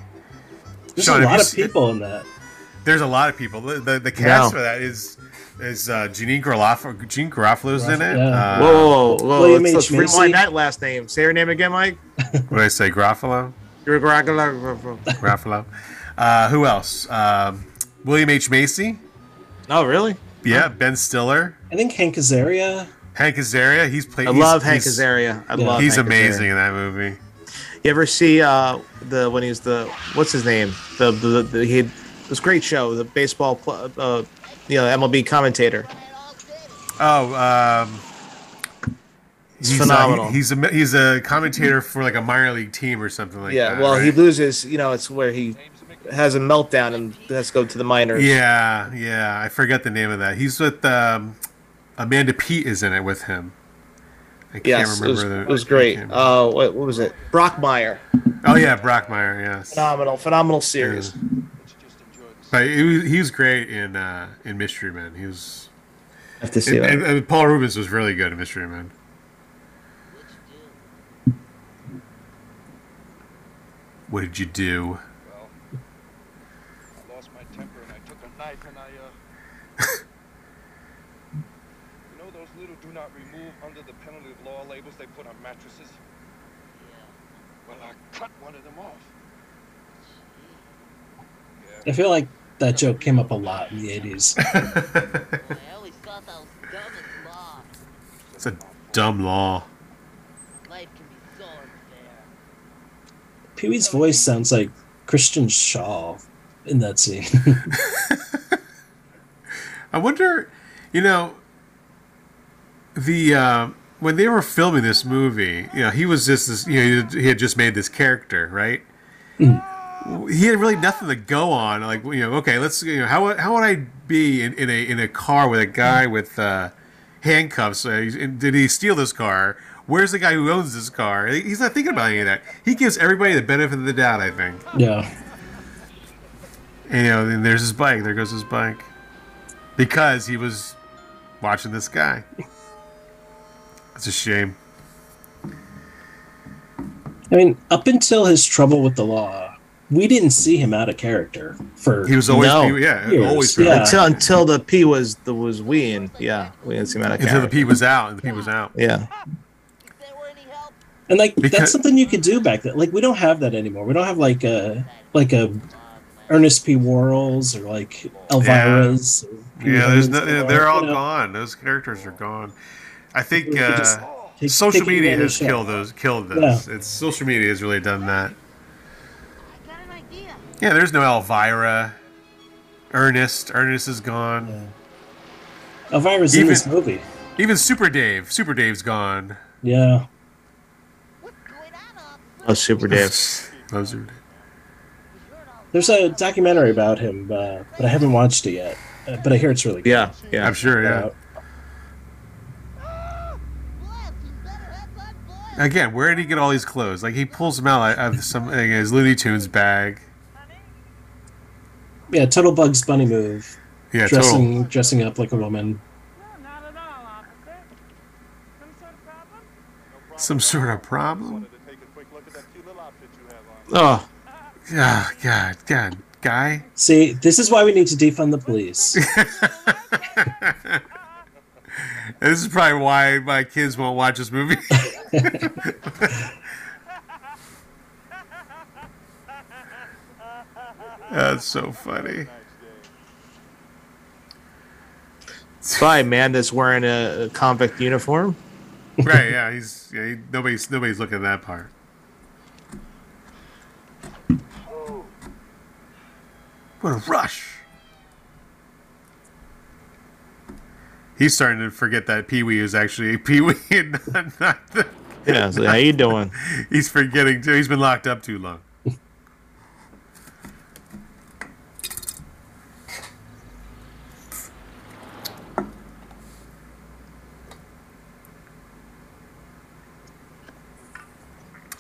S8: There's
S6: Sean,
S8: a
S6: have
S8: lot
S6: you
S8: of
S6: seen-
S8: people in that.
S6: There's a lot of people. The the, the cast
S7: Wow.
S6: for that is is uh, Jeanine Garofalo. Jean Garofalo's in it.
S8: Yeah.
S6: Uh,
S7: Whoa, whoa, whoa.
S8: William
S7: Let's,
S8: H.
S7: let's
S8: Macy.
S7: rewind that last name. Say her name again, Mike.
S6: What did I say? Garofalo.
S7: Oh,
S6: Garofalo. Uh, who else? Um, William H Macy.
S7: Oh, really?
S6: Yeah, Ben Stiller.
S8: I think Hank Azaria.
S6: Hank Azaria. He's played.
S7: I
S6: he's-
S7: love Hank
S6: he's-
S7: Azaria. I
S8: Yeah.
S7: love
S6: He's
S7: Hank
S6: amazing
S7: Azaria.
S6: in that movie.
S7: You ever see uh, the when he's the what's his name? The the, the, the he had this great show, the baseball, pl- uh, you know, MLB commentator.
S6: Oh, um,
S7: It's
S6: he's, uh,
S7: phenomenal.
S6: he- he's a he's a commentator for like a minor league team or something like
S7: yeah,
S6: that.
S7: well, he
S6: right?
S7: loses. You know, it's where he has a meltdown and has to go to the minors.
S6: Yeah, yeah. I forget the name of that. He's with um, Amanda Pete is in it with him. I can't
S7: Yes, it
S6: remember
S7: was,
S6: the.
S7: it was
S6: I
S7: great.
S6: can't-
S7: Uh, what, what was it? Brockmeyer.
S6: oh yeah, Brockmeyer. Yes,
S7: Phenomenal, phenomenal series.
S6: but he was, he was great in uh, in Mystery Men. He was.
S7: I have to see
S6: And,
S7: that.
S6: and- and Paul Rubens was really good in Mystery Men. What did you do?
S2: Well, I lost my temper and I took a knife and I, uh. you know those little do not remove under the penalty of law labels they put on mattresses? Well, I cut one of them off.
S8: I feel like that joke came up a lot in the 80s.
S11: Well, I always thought that was dumb as law.
S6: It's a dumb law.
S11: Life can be so unfair.
S8: Pee Wee's voice sounds like Christian Shaw in that scene.
S6: I wonder, you know, the uh, when they were filming this movie, you know, he was just this, you know, he had just made this character, right? He had really nothing to go on. Like, you know, okay, let's, you know, how would- how would I be in, in a in a car with a guy with uh, handcuffs? Uh, he's- and did he steal this car? Where's the guy who owns this car? He's not thinking about any of that. He gives everybody the benefit of the doubt, I think.
S8: yeah.
S6: And, you know, then there's his bike. There goes his bike. Because he was watching this guy. It's a shame.
S8: I mean, up until his trouble with the law, we didn't see him out of character for
S6: He was always,
S7: No.
S6: he- yeah,
S8: Years,
S6: always.
S8: yeah.
S7: Uh, until until the P was the was we in. Yeah, we didn't see him out of
S6: Until the
S7: character.
S6: P was out, and the P was out.
S7: Yeah,
S11: If there were any help,
S8: and like
S6: Because-
S8: that's something you could do back then. Like we don't have that anymore. We don't have like a like a Ernest P. Worrell's or like Elvira's. or Pee Wee
S6: Yeah, there's
S8: Herman's
S6: no,
S8: anymore,
S6: they're all
S8: you know?
S6: gone. Those characters are gone. I think
S8: We could just
S6: uh,
S8: take-
S6: social
S8: take
S6: media
S8: advantage
S6: has
S8: of-
S6: killed those. Killed those. It's social media has really done that.
S11: I got an idea.
S6: Yeah, there's no Elvira. Ernest. Ernest is gone.
S8: Elvira's in
S6: Even-
S8: this movie.
S6: Even Super Dave. Super Dave's gone.
S8: Yeah.
S7: Oh, Super Dave.
S6: Love Super Dave.
S8: There's a documentary about him, uh, but I haven't watched it yet. Uh, but I hear it's really good. Uh,
S7: Yeah, yeah.
S6: I'm sure, yeah. Again, where did he get all these clothes? Like he pulls them out of some like, his Looney Tunes bag.
S8: Yeah, total Bugs Bunny move.
S6: Yeah,
S8: dressing
S6: total.
S8: dressing up like a woman.
S6: Some sort of problem.
S7: Oh,
S6: Yeah, God, God, guy.
S8: See, this is why we need to defund the police.
S6: This is probably why my kids won't watch this movie. That's so funny.
S7: fine, man. That's wearing a a convict uniform.
S6: Right? Yeah, he's yeah, he, nobody's nobody's looking at that part. What a rush! He's starting to forget that Pee Wee is actually Pee Wee, and not, not the,
S7: Yeah. So how you doing?
S6: he's forgetting too. He's been locked up too long.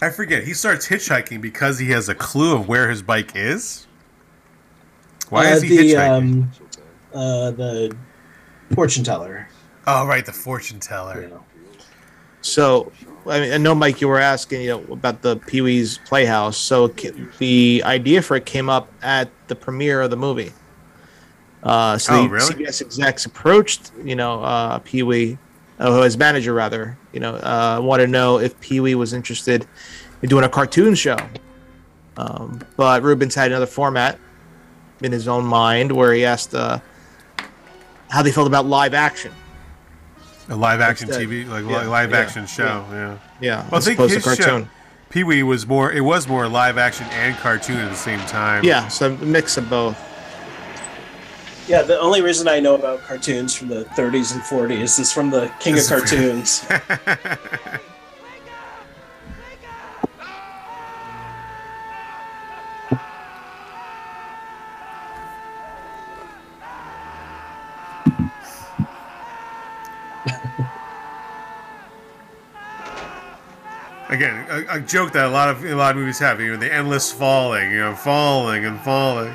S6: I forget. He starts hitchhiking because he has a clue of where his bike is. Why
S8: Uh,
S6: is he
S8: the,
S6: hitchhiking?
S8: um, uh, the fortune teller.
S6: oh, right, the fortune teller.
S8: You know.
S7: So, I, mean, I know, Mike, you were asking you know, about the Pee Wee's Playhouse. So, ca- the idea for it came up at the premiere of the movie. Uh, so,
S6: Oh,
S7: the
S6: really?
S7: CBS execs approached, you know, uh, Pee Wee, uh, his manager, rather, you know, uh, wanted to know if Pee Wee was interested in doing a cartoon show. Um, but Rubens had another format in his own mind where he asked uh, how they felt about live action.
S6: A live action
S7: Instead.
S6: TV, like
S7: Yeah,
S6: li- live
S7: yeah,
S6: action show. Yeah.
S7: Yeah,
S6: Well, I
S7: as
S6: think
S7: opposed to
S6: his
S7: cartoon.
S6: show, Pee Wee was more. It was more live action and cartoon at the same time.
S7: Yeah, so a mix of both.
S8: Yeah, the only reason I know about cartoons from the 30s and 40s is from the King of Cartoons.
S6: Again, a, a joke that a lot of a lot of movies have. You know, the endless falling. You know, falling and falling.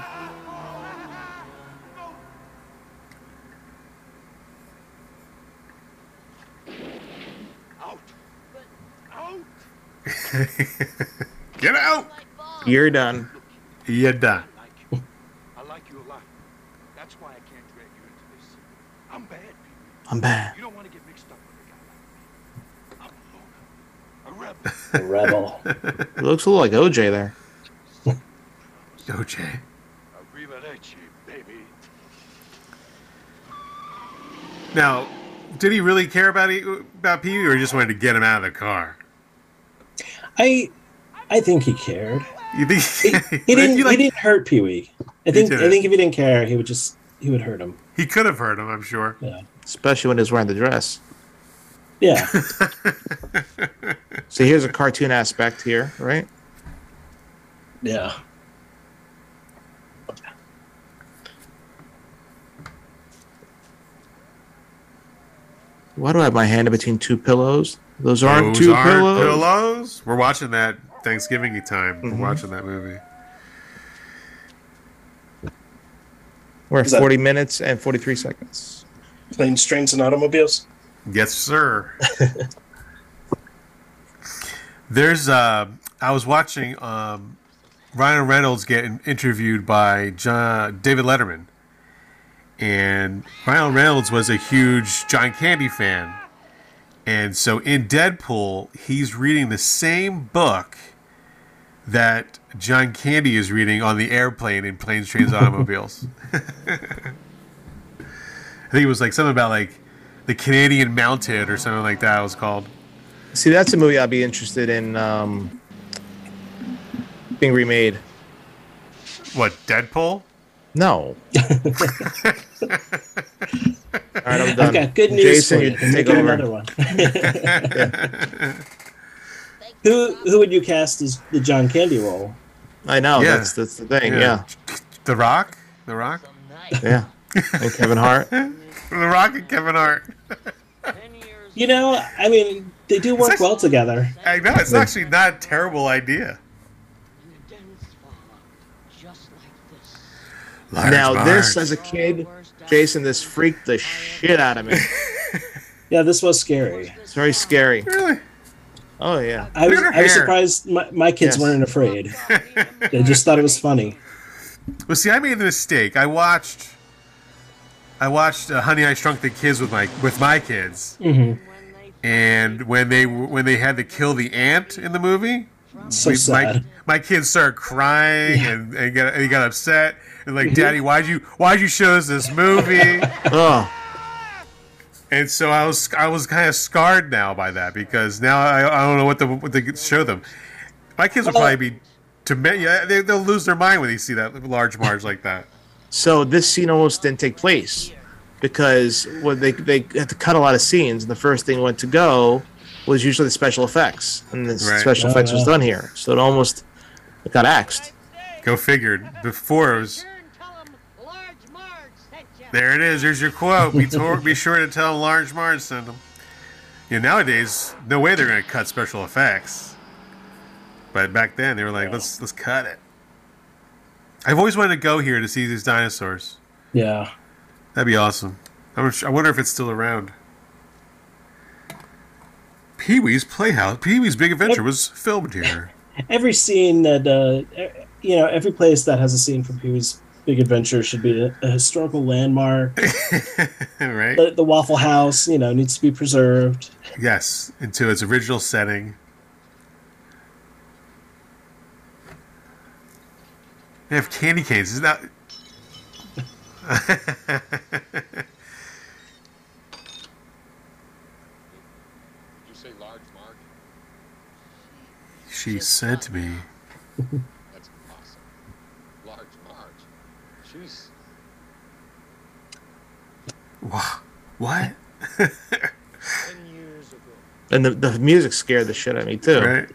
S2: Out! Out!
S6: Get out.
S7: You're done.
S6: You're done.
S2: I like you. I like you a lot. That's why I can't drag you into this. I'm bad, Pee
S7: I'm bad.
S2: Wee. You don't want to get mixed up with a guy like me. I'm a loner. A rebel.
S8: The Rebel.
S7: It looks a little like OJ there.
S6: OJ.
S2: Arrivederci, baby.
S6: Now, did he really care about he, about Pee Wee, or he just wanted to get him out of the car?
S8: I I think he cared.
S6: You think
S8: He, he didn't.
S6: you
S8: he
S6: like-
S8: didn't hurt Pee Wee. I think. I
S6: didn't.
S8: think if he didn't care, he would just. He would hurt him.
S6: he could have hurt him. I'm sure.
S8: Yeah.
S7: Especially when he's wearing the dress.
S8: Yeah.
S7: So here's a cartoon aspect here, right?
S8: yeah.
S7: Why do I have my hand in between two pillows? Those aren't
S6: Those
S7: two
S6: aren't
S7: pillows.
S6: pillows. We're watching that Thanksgiving time.
S8: Mm-hmm.
S6: We're watching that movie.
S7: We're at
S8: Is that-
S7: 40 minutes and 43 seconds.
S8: Playing strings and automobiles.
S6: Yes, sir. There's uh, I was watching um, Ryan Reynolds getting interviewed by John David Letterman, and Ryan Reynolds was a huge John Candy fan, and so in Deadpool he's reading the same book that John Candy is reading on the airplane in Planes, Trains, and Automobiles. I think it was like something about like the Canadian Mounted or something like that it was called.
S7: See, that's a movie I'd be interested in um, being remade.
S6: What Deadpool?
S7: No. All right, I'm done.
S8: I've got good news
S7: Jason,
S8: for you.
S7: you can take
S8: Make it
S7: over.
S8: another one. Who who would you cast as the John Candy role?
S7: I know.
S8: Yeah.
S7: That's that's the thing.
S8: Yeah.
S7: Yeah.
S6: The Rock? The Rock?
S7: Yeah. And Kevin Hart.
S6: The Rock and Kevin Hart.
S8: You know, I mean, they do work well together.
S6: I know it's
S8: Yeah.
S6: actually not a terrible idea.
S7: now this, as a kid, Jason, this freaked the shit out of me.
S8: yeah, this was scary.
S7: It's very scary.
S6: Really?
S7: Oh yeah.
S8: I was, I was surprised my, my kids
S6: Yes.
S8: weren't afraid. they just thought it was funny.
S6: Well, see, I made the mistake. I watched, I watched uh, Honey, I Shrunk the Kids with my with my kids,
S8: Mm-hmm.
S6: and when they were- when they had to kill the ant in the movie,
S8: So
S6: my
S8: sad.
S6: my kids started crying and, and got and got upset and like, Daddy, why'd you why'd you show us this movie?
S7: oh.
S6: And so I was I was kind of scarred now by that because now I, I don't know what to what to show them. My kids will
S7: Well-
S6: probably be. To yeah, they, they'll lose their mind when they see that large Marge like that.
S7: So this scene almost didn't take place because what they they had to cut a lot of scenes, and the first thing went to go was usually the special effects, and the
S6: Right.
S7: special
S6: Oh,
S7: effects was
S6: yeah.
S7: done here, so it almost it got axed.
S6: Go figured. Before it was. There it is. There's your quote. Be, tor- be sure to tell Large Marge sent them. You know, nowadays, no way they're going to cut special effects. But back then, they were like, let's let's cut it. I've always wanted to go here to see these dinosaurs.
S8: Yeah.
S6: That'd be awesome. I'm sure, I wonder if it's still around. Pee Wee's Playhouse. Pee Wee's Big Adventure was filmed here.
S8: Every scene that, uh, e- you know, every place that has a scene from Pee Wee's Big Adventure should be a, a historical landmark.
S6: right?
S8: The, the Waffle House, you know, needs to be preserved.
S6: Yes, into its original setting. They have candy canes. Is that?
S2: You say large mark?
S6: she said to me,
S2: That's awesome. Large Marge. She's
S6: "Wha- "What?"
S7: And the, the music scared the shit out of me too.
S6: Right.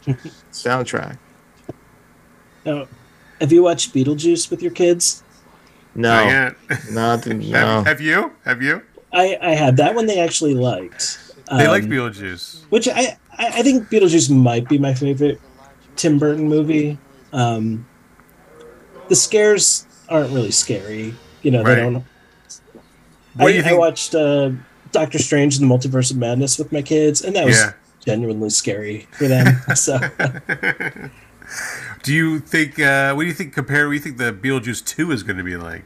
S7: Soundtrack.
S8: Now, have you watched Beetlejuice with your kids?
S7: No.
S8: Not
S7: Not Not no.
S6: Have, have you? Have you?
S8: I, I had that one they actually liked.
S6: They like
S8: Um,
S6: Beetlejuice.
S8: which I, I I think Beetlejuice might be my favorite Tim Burton movie. Um, the scares aren't really scary, you know.
S6: Right.
S8: They don't. I,
S6: What do you
S8: I
S6: think-
S8: watched uh, Doctor Strange and the Multiverse of Madness with my kids, and that was
S6: Yeah.
S8: genuinely scary for them. so
S6: Do you think? Uh, what do you think? Compare. What do you think the Beetlejuice two is going to be like?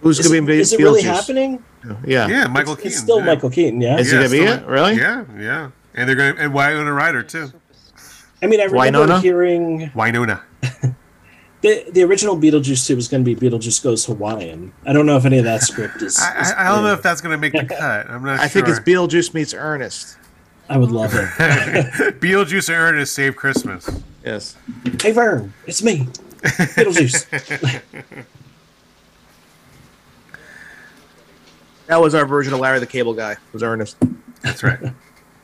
S7: Who's
S8: is,
S7: gonna
S8: it-
S7: be in
S8: is it really
S7: Beetlejuice?
S8: happening?
S7: Yeah.
S6: Yeah, Michael
S8: It's-
S6: Keaton.
S8: it's still
S6: yeah.
S8: Michael Keaton, yeah. Is it
S7: gonna be
S6: still-
S7: it? Really?
S6: Yeah, yeah. And they're going to and Winona Ryder too.
S8: I mean, I remember
S6: Winona?
S8: hearing
S6: Winona.
S8: the the original Beetlejuice two was going to be Beetlejuice goes Hawaiian. I don't know if any of that script is.
S6: I,
S8: is
S6: I, I don't know if that's going to make the cut. I'm not. sure.
S7: I think it's Beetlejuice meets Ernest.
S8: I would love it.
S6: Beetlejuice and Ernest save Christmas.
S7: Yes.
S8: Hey Vern, it's me, Beetlejuice.
S7: That was our version of Larry the Cable Guy. Was Ernest.
S6: That's right.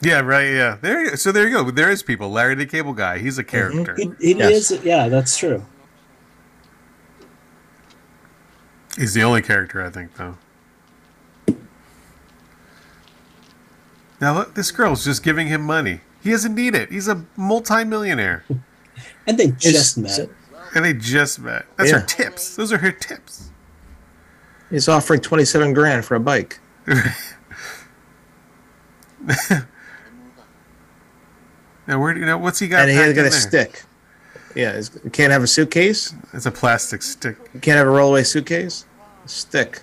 S6: Yeah, right. Yeah. There. you- So there you go. There is people. Larry the Cable Guy. He's a
S7: Mm-hmm.
S6: character.
S8: he he
S6: Yes.
S8: is, yeah, that's true.
S6: He's the only character I think, though. Now look, this girl's just giving him money. He doesn't need it. He's a multimillionaire.
S8: And they just met.
S6: And they just met. That's
S7: Yeah.
S6: her tips. Those are her tips.
S7: He's offering twenty-seven grand for a bike.
S6: Now where do you know what's he got?
S7: and he
S6: packed
S7: has got
S6: in
S7: a
S6: there?
S7: stick. Yeah, it's, you can't have a suitcase.
S6: It's a plastic stick.
S7: You can't have a rollaway suitcase. A stick.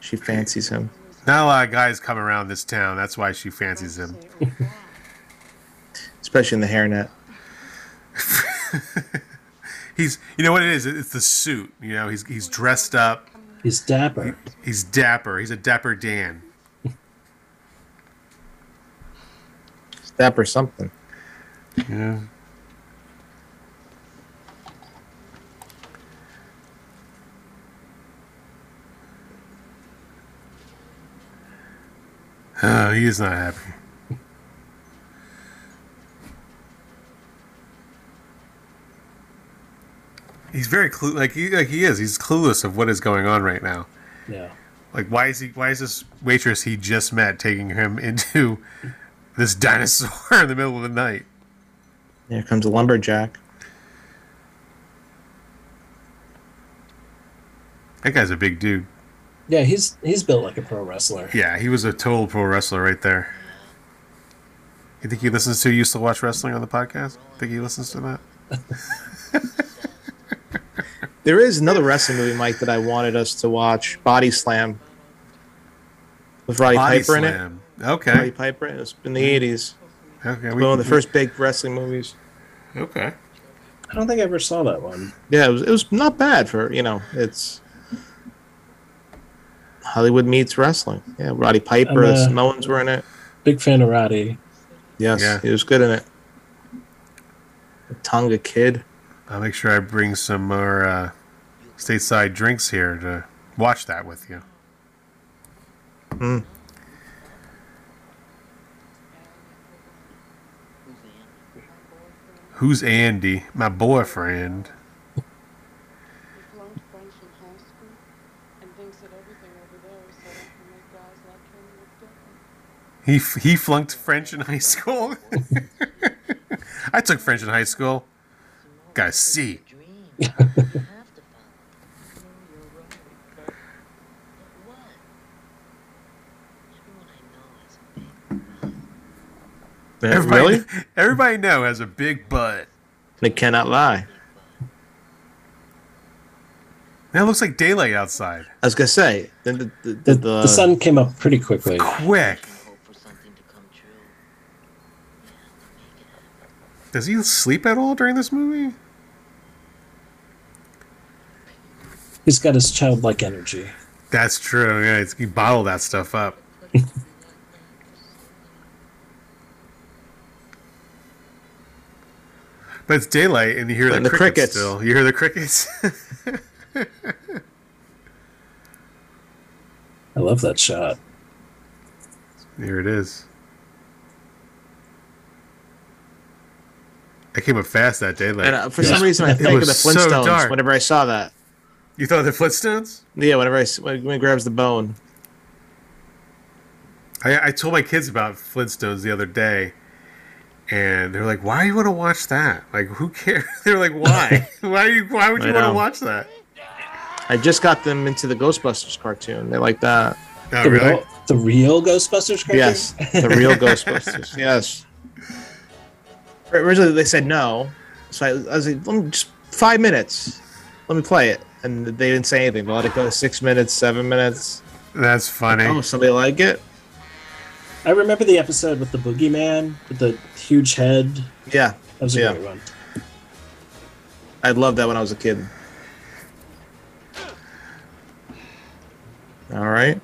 S7: She fancies him.
S6: Not a lot of guys come around this town. That's why she fancies him.
S7: especially in the hairnet.
S6: He's, you know what it is? It's the suit. You know, he's he's dressed up.
S8: He's dapper.
S6: He's dapper. He's a dapper Dan.
S7: Step or something.
S6: Yeah. Uh, he is not happy. He's very clue like he like he is. He's clueless of what is going on right now.
S8: Yeah.
S6: Like why is he why is this waitress he just met taking him into this dinosaur in the middle of the night?
S7: Here comes a lumberjack.
S6: That guy's a big dude.
S8: Yeah, he's he's built like a pro wrestler.
S6: Yeah, he was a total pro wrestler right there. You think he listens to used to watch wrestling on the podcast? Think he listens to that?
S7: There is another wrestling movie, Mike, that I wanted us to watch, Body Slam, with Roddy
S6: Body
S7: Piper
S6: Slam.
S7: in it.
S6: Okay.
S7: Roddy Piper. It was in the eighties.
S6: Okay,
S7: one of the first big wrestling movies.
S6: Okay.
S8: I don't think I ever saw that one.
S7: Yeah, it was, it was not bad for you know it's Hollywood meets wrestling. Yeah, Roddy Piper,
S8: I'm,
S7: the
S8: uh,
S7: Samoans were in it.
S8: Big fan of Roddy.
S7: Yes,
S6: Yeah.
S7: he was good in it. The Tonga Kid.
S6: I'll make sure I bring some more uh, stateside drinks here to watch that with you.
S7: Mm.
S6: Who's Andy? My boyfriend.
S12: He's loaned friends from high school and thinks that everything over there is set up to make guys like him look different.
S6: He f- he flunked French in high school. I took French in high school. Got a C. Everybody,
S7: really?
S6: everybody I know has a big butt.
S7: They cannot lie.
S6: Now it looks like daylight outside.
S7: I was gonna say the the, the,
S8: The,
S7: the-
S8: the sun came up pretty quickly.
S6: Quick. Does he sleep at all during this movie?
S8: He's got his childlike energy.
S6: That's true. Yeah, it's, you bottle that stuff up. but it's daylight, and you hear the,
S7: And the
S6: crickets,
S7: crickets.
S6: Still, you hear the crickets.
S8: I love that shot.
S6: Here it is. I came up fast that daylight.
S7: and, uh, for some reason I
S6: It
S7: think of
S6: was
S7: the
S6: so
S7: Flintstones
S6: dark.
S7: whenever I saw that.
S6: You thought of the Flintstones?
S7: Yeah, whenever I s- when when he grabs the bone.
S6: I, I told my kids about Flintstones the other day, and they're like, "Why do you want to watch that? Like, who cares?" They're like, "Why? why you? Why would you want to
S7: I know.
S6: watch that?"
S7: I just got them into the Ghostbusters cartoon. They like that.
S6: Oh,
S8: the,
S6: really?
S8: real, the real Ghostbusters cartoon?
S7: Yes, the real Ghostbusters. Yes. Originally they said no, so I, I was like, "Let me just five minutes. Let me play it." And they didn't say anything. They let it go six minutes, seven minutes.
S6: That's funny.
S7: Oh, somebody like it?
S8: I remember the episode with the boogeyman with the huge head.
S7: Yeah,
S8: That was a
S7: Yeah.
S8: great one.
S7: I loved that when I was a kid. All right.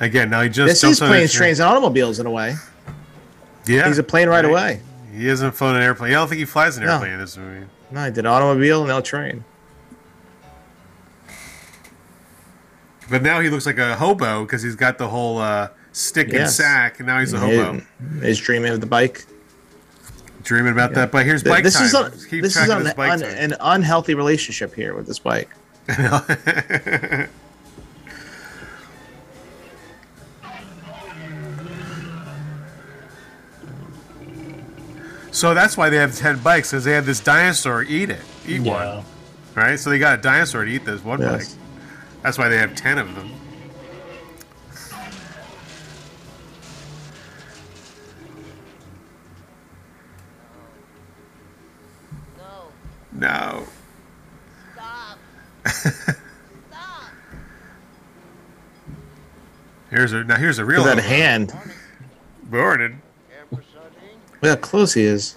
S6: Again, now he just
S7: This
S6: jumps
S7: is
S6: on the
S7: planes,
S6: train.
S7: trains, and automobiles in a way.
S6: Yeah,
S7: He's a plane right away.
S6: He isn't flown an airplane. I don't think he flies an
S7: No.
S6: airplane in this movie.
S7: No, I did automobile, now train.
S6: But now he looks like a hobo because he's got the whole uh, stick and
S7: Yes.
S6: sack, and now he's a hobo,
S7: Is- Is dreaming of the bike.
S6: dreaming about that. But here's bike
S7: this
S6: time.
S7: is a,
S6: Just Keep
S7: this
S6: track
S7: is
S6: of
S7: an,
S6: this bike
S7: un-
S6: time.
S7: an unhealthy relationship here with this bike.
S6: so that's why they have 10 bikes because they have this dinosaur eat it eat
S8: Yeah.
S6: one right so they got a dinosaur to eat this one
S7: Yes.
S6: bike that's why they have 10 of them
S11: No,
S6: no
S11: stop. stop.
S6: here's a now here's a real
S7: Look at that
S6: hobo.
S7: hand.
S6: Gordon.
S7: Look how close he is.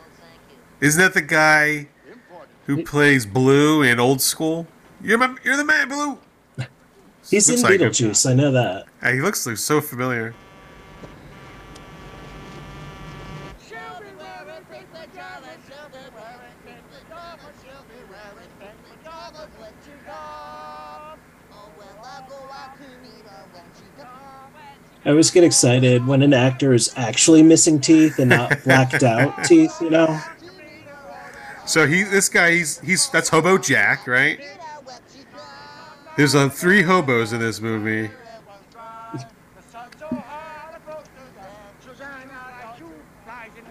S6: isn't that the guy who plays blue in old school you're, my, you're the man blue
S8: He's
S6: Looks
S8: in
S6: like him.
S8: Beetlejuice. I know that.
S6: Hey, he looks like so familiar
S11: Oh,
S8: I always get excited when an actor is actually missing teeth and not blacked out teeth. You know.
S6: So he, this guy, he's he's that's Hobo Jack, right? There's uh, three hobos in this movie.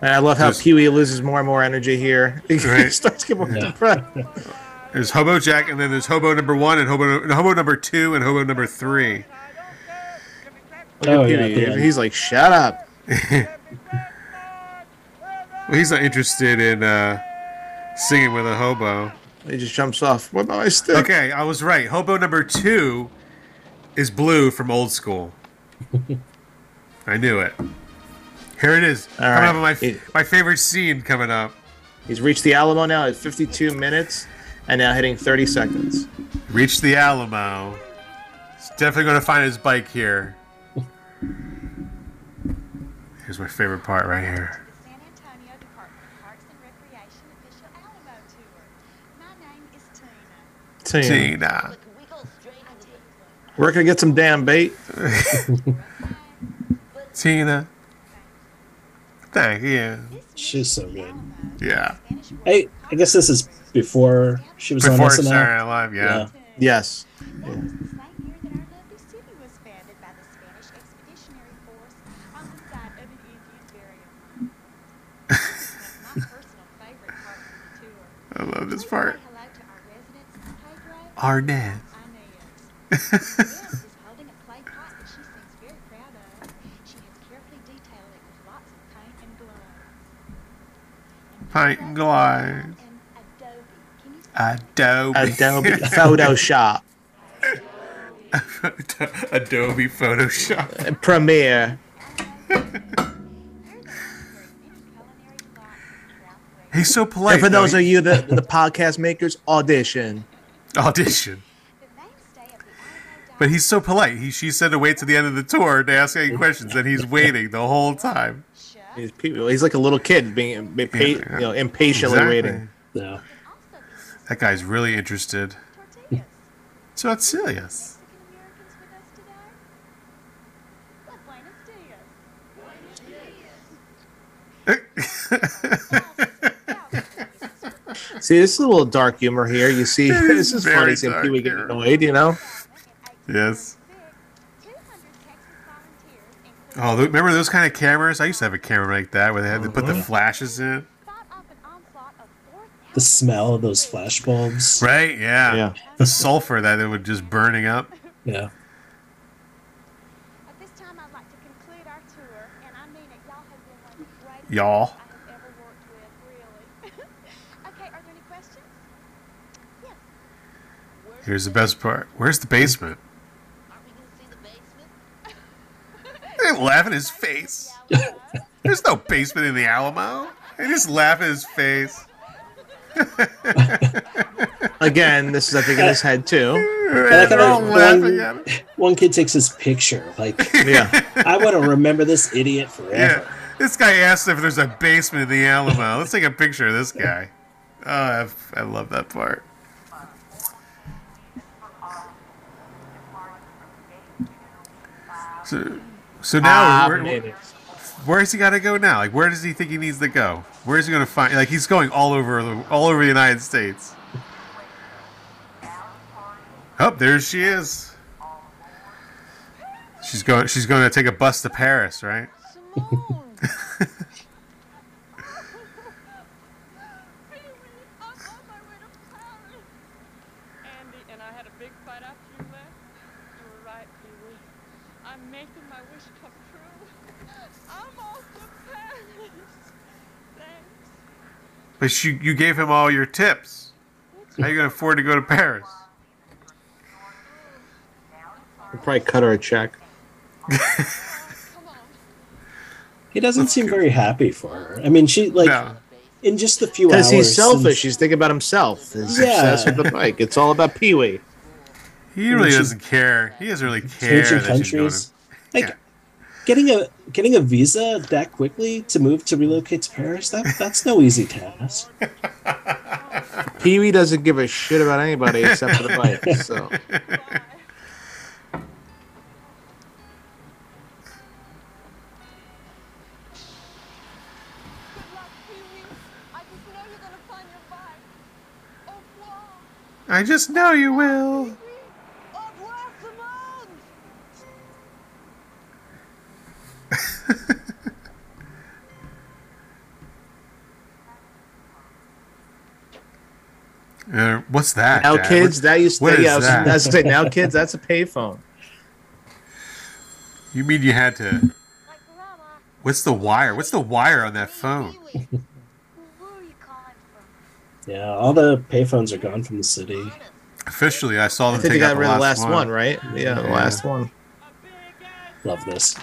S7: I love how
S6: Just-
S7: Pee Wee loses more and more energy here. He
S6: Right.
S7: starts to get more depressed.
S6: There's Hobo Jack, and then there's Hobo number one, and Hobo and Hobo number two, and Hobo number three.
S7: Look
S8: Oh,
S7: at Pee Wee. He's like, shut up.
S6: Well, he's not interested in uh, singing with a hobo.
S7: He just jumps off. What about my stick?
S6: Okay, I was right. Hobo number two is Blue from Old School. I knew it. Here it is.
S7: All
S6: coming
S7: right.
S6: up on my,
S7: It-
S6: my favorite scene coming up.
S7: He's reached the Alamo now at 52 minutes and now hitting 30 seconds.
S6: Reach the Alamo. He's definitely going to find his bike here. Here's my favorite part right here.
S9: San Antonio Department of Parks and Recreation official Alamo tour. My name is Tina.
S7: Tina.
S6: Tina.
S7: We're going to get some damn bait.
S6: Tina. Thank you.
S8: She's so good.
S6: Yeah.
S8: I I guess this is before she was
S6: Before
S8: on SNL.
S6: Saturday Night Live, yeah.
S7: Yes.
S6: I love this part. Arnett. Pint and glide. Adobe.
S7: Adobe Photoshop.
S6: Adobe Photoshop.
S7: Premiere.
S6: He's so polite.
S7: and for
S6: though.
S7: those of you, the, the podcast makers, audition.
S6: audition. But he's so polite. He she said to wait to the end of the tour to ask any questions, and he's waiting the whole time.
S7: He's, people- he's like a little kid being impa- you know, impatiently
S6: Exactly.
S7: waiting.
S8: Yeah.
S6: That guy's really interested. So Oh, it's serious.
S7: See, this is a little dark humor here. You see,
S6: It is
S7: this is
S6: very
S7: funny seeing
S6: dark
S7: Pee Wee get
S6: humor.
S7: annoyed, you know?
S6: Yes. Oh, th- remember those kind of cameras? I used to have a camera like that where they had to put the flashes in.
S8: The smell of those flash bulbs.
S6: Right? Yeah. The sulfur that it would just burning up.
S8: Yeah.
S6: Y'all. Here's the best part. Where's the basement? They laugh in his face. There's no basement in the Alamo. They just laugh in his face.
S7: Again, this is, I think, in his head, too.
S8: I like
S6: They're all
S8: how
S6: laughing at
S8: one,
S6: him.
S8: one kid takes his picture. Like,
S7: yeah,
S8: I want to remember this idiot forever.
S6: Yeah. This guy asked if there's a basement in the Alamo. Let's take a picture of this guy. Oh, I, I love that part. So, so now, where,
S7: Dominated.
S6: where's he got to go now? Like, where does he think he needs to go? Where's he going to find? Like, he's going all over the all over the United States. Oh, there she is. She's going. She's going to take a bus to Paris, right?
S13: Andy and I had a big fight after you left. You were right, Pee Wee. I'm making my wish come true. I'm off to Paris. Thanks.
S6: But she, you gave him all your tips. How you going to afford to go to Paris?
S7: We'll probably cut her a check.
S8: He doesn't seem very happy for her. I mean, she like
S6: No.
S8: in just the few hours.
S7: Because he's selfish.
S8: since-
S7: He's thinking about himself. He's
S8: Yeah.
S7: obsessed with the bike. It's all about Pee Wee.
S6: He really
S8: she-
S6: doesn't care. He doesn't really care
S8: changing
S6: that she's going
S8: countries. Like getting a getting a visa that quickly to move to relocate to Paris. That that's no easy task.
S7: Pee Wee doesn't give a shit about anybody except for the bike. So
S6: to. I just know you will. Uh, what's that?
S7: Now,
S6: Dad?
S7: kids,
S6: What-
S7: that used to
S6: what is
S7: yeah, I was-
S6: that?
S7: I was saying, now, kids, that's a payphone.
S6: You mean you had to? What's the wire? What's the wire on that phone?
S8: Yeah, all the payphones are gone from the city.
S6: Officially, I saw
S8: I
S6: them
S8: think
S6: take
S8: they
S6: out
S8: got
S6: the
S8: rid of
S6: last,
S8: the last
S6: one.
S8: one, right? Yeah, the last
S7: one.
S8: Love this.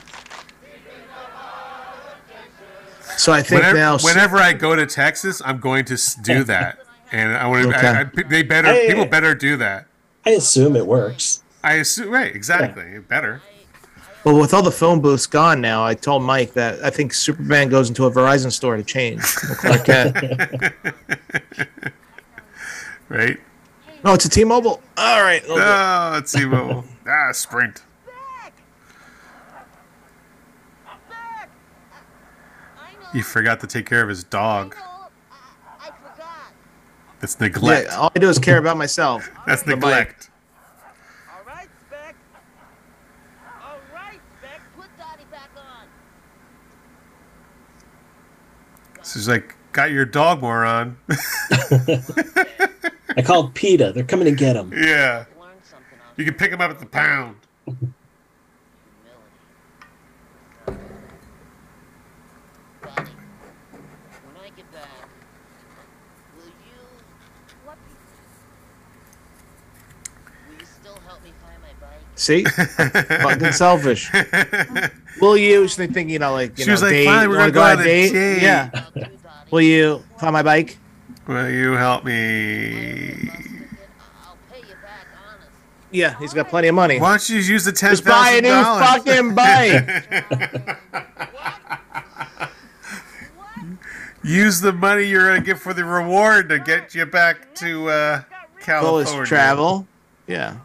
S7: So I think
S6: whenever,
S7: now,
S6: whenever I go to Texas, I'm going to s- do that, and I want to.
S8: Okay.
S6: I, I, they better.
S8: Hey.
S6: people better do that.
S8: I assume it works.
S6: I assume. Right. Exactly. Better.
S7: well, with all the phone booths gone now, I told Mike that I think Superman goes into a Verizon store to change. uh, Like that.
S6: right?
S7: No, it's a T-Mobile. All right.
S6: No, it's T-Mobile. ah, Sprint. He forgot to take care of his dog. That's neglect.
S7: Yeah, all I do is care about myself.
S6: That's
S7: But Mike-
S6: neglect. She's like, got your dog, moron.
S8: I called PETA. They're coming to get him.
S6: yeah. You can pick him up at the pound.
S11: When I get back, will you? What? Will you still help me find my bike?
S7: See, fucking selfish. Will you? She's thinking, you know, like you
S6: She
S7: know,
S6: was like,
S7: date.
S6: "Fine,
S7: You
S6: we're
S7: wanna
S6: gonna go on a date."
S7: Yeah. Will you find my bike?
S6: Will you help me?
S7: Yeah, he's got plenty of money.
S6: Why don't you use the ten
S7: Just buy a
S6: thousand
S7: new fucking
S6: bike? use the money you're gonna get for the reward to get you back to uh,
S7: Well,
S6: California.
S7: it's travel. Yeah.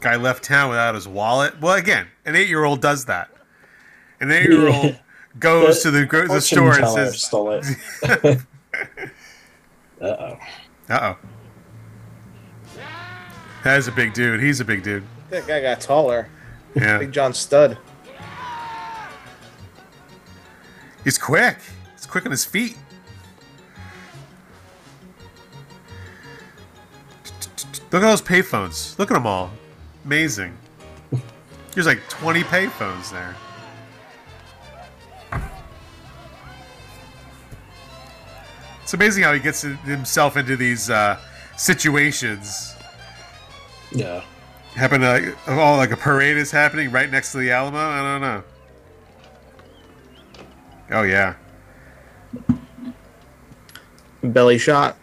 S6: Guy left town without his wallet. Well, again, an eight-year-old does that. An eight-year-old
S8: Yeah.
S6: goes to Oh, the, gro- the
S8: Fortune
S6: store and
S8: teller
S6: says,
S8: stole it. Uh oh.
S6: "Uh oh, that is a big dude. He's a big dude."
S7: That guy got taller.
S6: Yeah.
S7: Big John Stud.
S6: He's quick. He's quick on his feet. Look at those payphones. Look at them all. Amazing. There's like 20 payphones there. It's amazing how he gets himself into these uh, situations.
S8: Yeah.
S6: Happened like oh, like a parade is happening right next to the Alamo. I don't know. Oh yeah.
S7: Belly shot.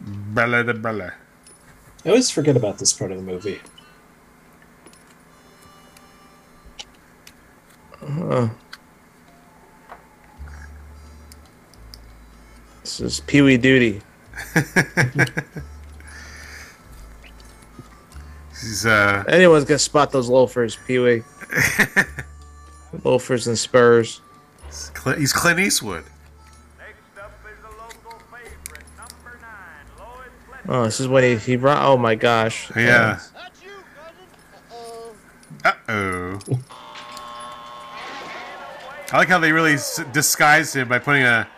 S6: Bella da bella.
S8: I always forget about this part of the movie.
S7: This is Pee Wee Duty.
S6: He's uh
S7: Anyone's gonna spot those loafers, Pee Wee. loafers and spurs.
S6: Cl- he's Clint Eastwood.
S7: Oh, this is when he he. Run- oh my gosh.
S6: Yeah. Uh oh. I like how they really s- disguised him by putting a,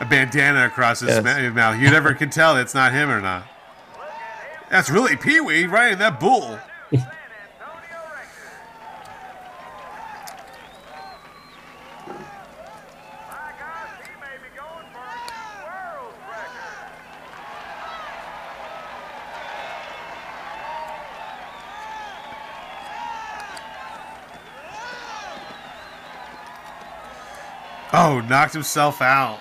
S6: a bandana across his
S7: Yes.
S6: ma- mouth. You never can tell it's not him or not. That's really Pee Wee riding that bull. Oh, knocked himself out.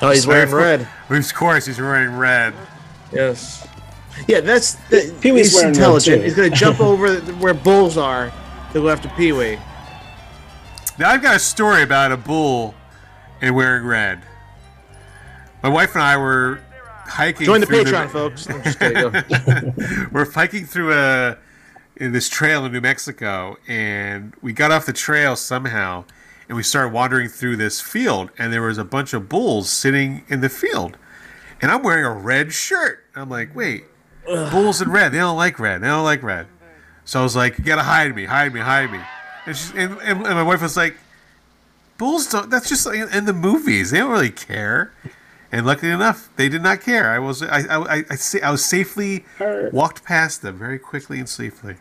S7: Oh, he's wearing
S6: Sorry
S7: red.
S6: for- Of course, he's wearing red.
S7: Yes. Yeah, that's that,
S6: Pee Wee's
S7: he's
S6: wearing red,
S7: intelligent.
S6: too.
S7: He's gonna jump over the- where bulls are to go after Pee Wee.
S6: Now I've got a story about a bull and wearing red. My wife and I were hiking.
S7: Join the
S6: through
S7: Patreon, folks. I'm just kidding.
S6: we're hiking through a in this trail in New Mexico, and we got off the trail somehow, and we started wandering through this field, and there was a bunch of bulls sitting in the field, and I'm wearing a red shirt. I'm like, wait, bulls in red? They don't like red. They don't like red. So I was like, you gotta hide me, hide me, hide me. And, she's, and, and, and my wife was like, bulls don't. That's just like in, in the movies. They don't really care. And luckily enough, they did not care. I was I I, I, I, sa- I was safely walked past them very quickly and safely.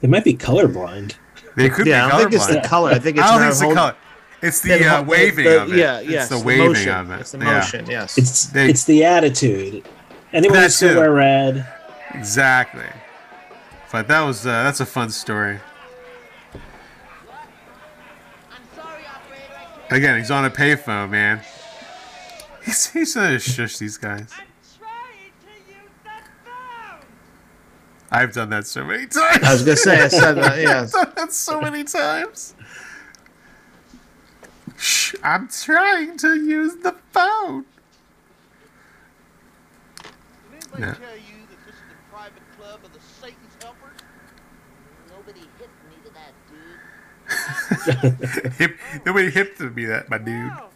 S8: They might be colorblind.
S6: They could
S7: yeah,
S6: be colorblind.
S7: I don't think it's the color. I think it's
S6: I don't
S7: their
S6: think it's the
S7: whole-
S6: color. It's the
S7: their
S6: uh,
S7: whole-
S6: waving
S7: the-
S6: of it.
S7: yeah,
S6: it's
S7: yes,
S6: the
S7: the
S6: waving
S7: motion.
S6: of it.
S7: It's the
S6: Yeah.
S7: motion, yes.
S8: It's
S6: They-
S8: it's the attitude. Anyone
S6: That
S8: who's gonna
S6: too.
S8: wear red.
S6: Exactly. But that was uh, that's a fun story. Again, he's on a payphone, man. He's he's gonna shush these guys. I've done that so many times.
S7: I was gonna say, I said that, yes.
S6: I've done that so many times. Shh, I'm trying to use the phone. Yeah.
S11: Private club of the Satan's helpers. Nobody hit me to that, dude.
S6: hip, nobody hip to be that, my dude.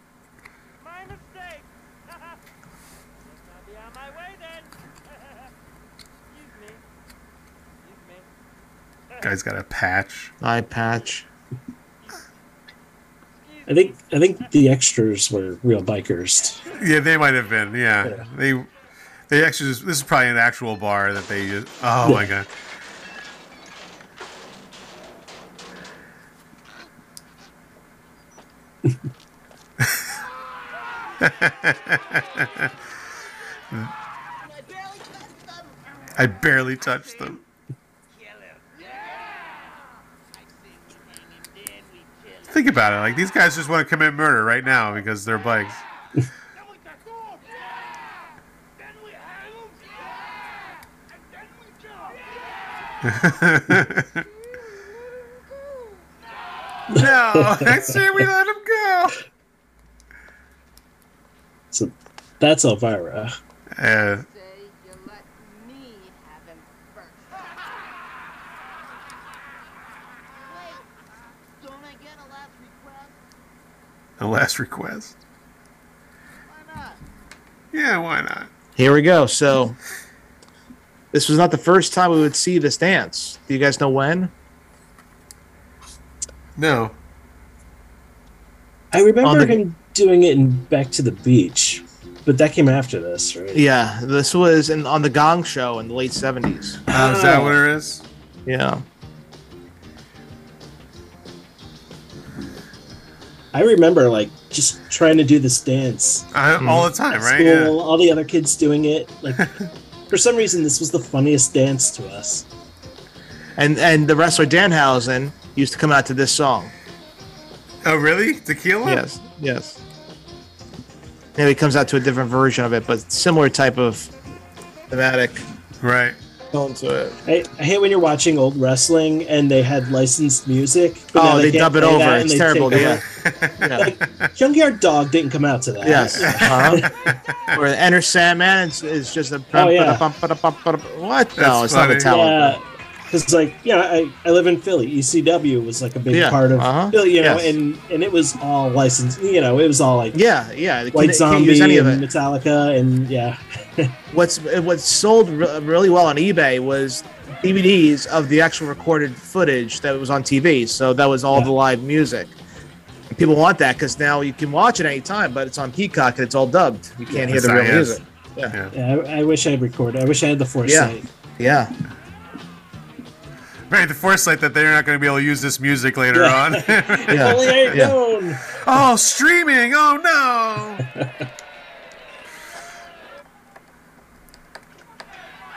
S6: Guy's got a patch.
S7: Eye patch.
S8: I think I think the extras were real bikers.
S6: Yeah, they might have been. Yeah, they they actually just, this is probably an actual bar that they use. Oh my god. I barely touched them. Think about it. Like these guys just want to commit murder right now because they're bikes.
S11: Oh,
S6: no, that's it. We let him go.
S8: So that's Elvira.
S6: Uh, The last request. Yeah, why not?
S7: Here we go. So this was not the first time we would see this dance. Do you guys know when?
S6: No.
S8: I remember
S7: On the-
S8: him doing it in Back to the Beach, but that came after this, right?
S7: Yeah, this was in, on the Gong Show in the late seventies.
S6: Oh, is that what it is?
S7: Yeah.
S8: I remember like just trying to do this dance
S6: I, all the time,
S8: At
S6: right?
S8: School,
S6: Yeah.
S8: all the other kids doing it. Like for some reason, this was the funniest dance to us.
S7: And and the wrestler Danhausen used to come out to this song.
S6: Oh, really? Tequila?
S7: Yes. Yes. Maybe it comes out to a different version of it, but similar type of thematic.
S6: Right.
S7: Going to it.
S8: I, I hate when you're watching old wrestling and they had licensed music. but now
S7: Oh, they
S8: can't
S7: dub it
S8: play
S7: over.
S8: that and
S7: It's
S8: they
S7: terrible,
S8: take
S7: yeah.
S8: over. Like, Junkyard Dog didn't come out to that.
S7: Yes. Uh-huh. or Enter Sandman is, is just a
S8: Oh, yeah.
S7: what? no, it's not Metallica.
S8: Because like you know, I, I live in Philly. ECW was like a big
S7: Yeah,
S8: part of
S7: uh-huh,
S8: Philly, you know,
S7: yes.
S8: and and it was all licensed. You know, it was all like
S7: yeah, yeah, they
S8: White
S7: can't- can't
S8: Zombie
S7: use any of
S8: and Metallica and yeah,
S7: what's what sold re- really well on eBay was DVDs of the actual recorded footage that was on TV. So that was all the live music. And people want that because now you can watch it anytime, but it's on Peacock and it's all dubbed. You can't hear the real music.
S6: Yeah.
S8: yeah I, I wish I had recorded. I wish I had the foresight.
S7: Yeah.
S6: Right, the foresight that they're not going to be able to use this music later
S8: Yeah.
S6: on.
S8: If only I had known.
S6: Oh, streaming! Oh no!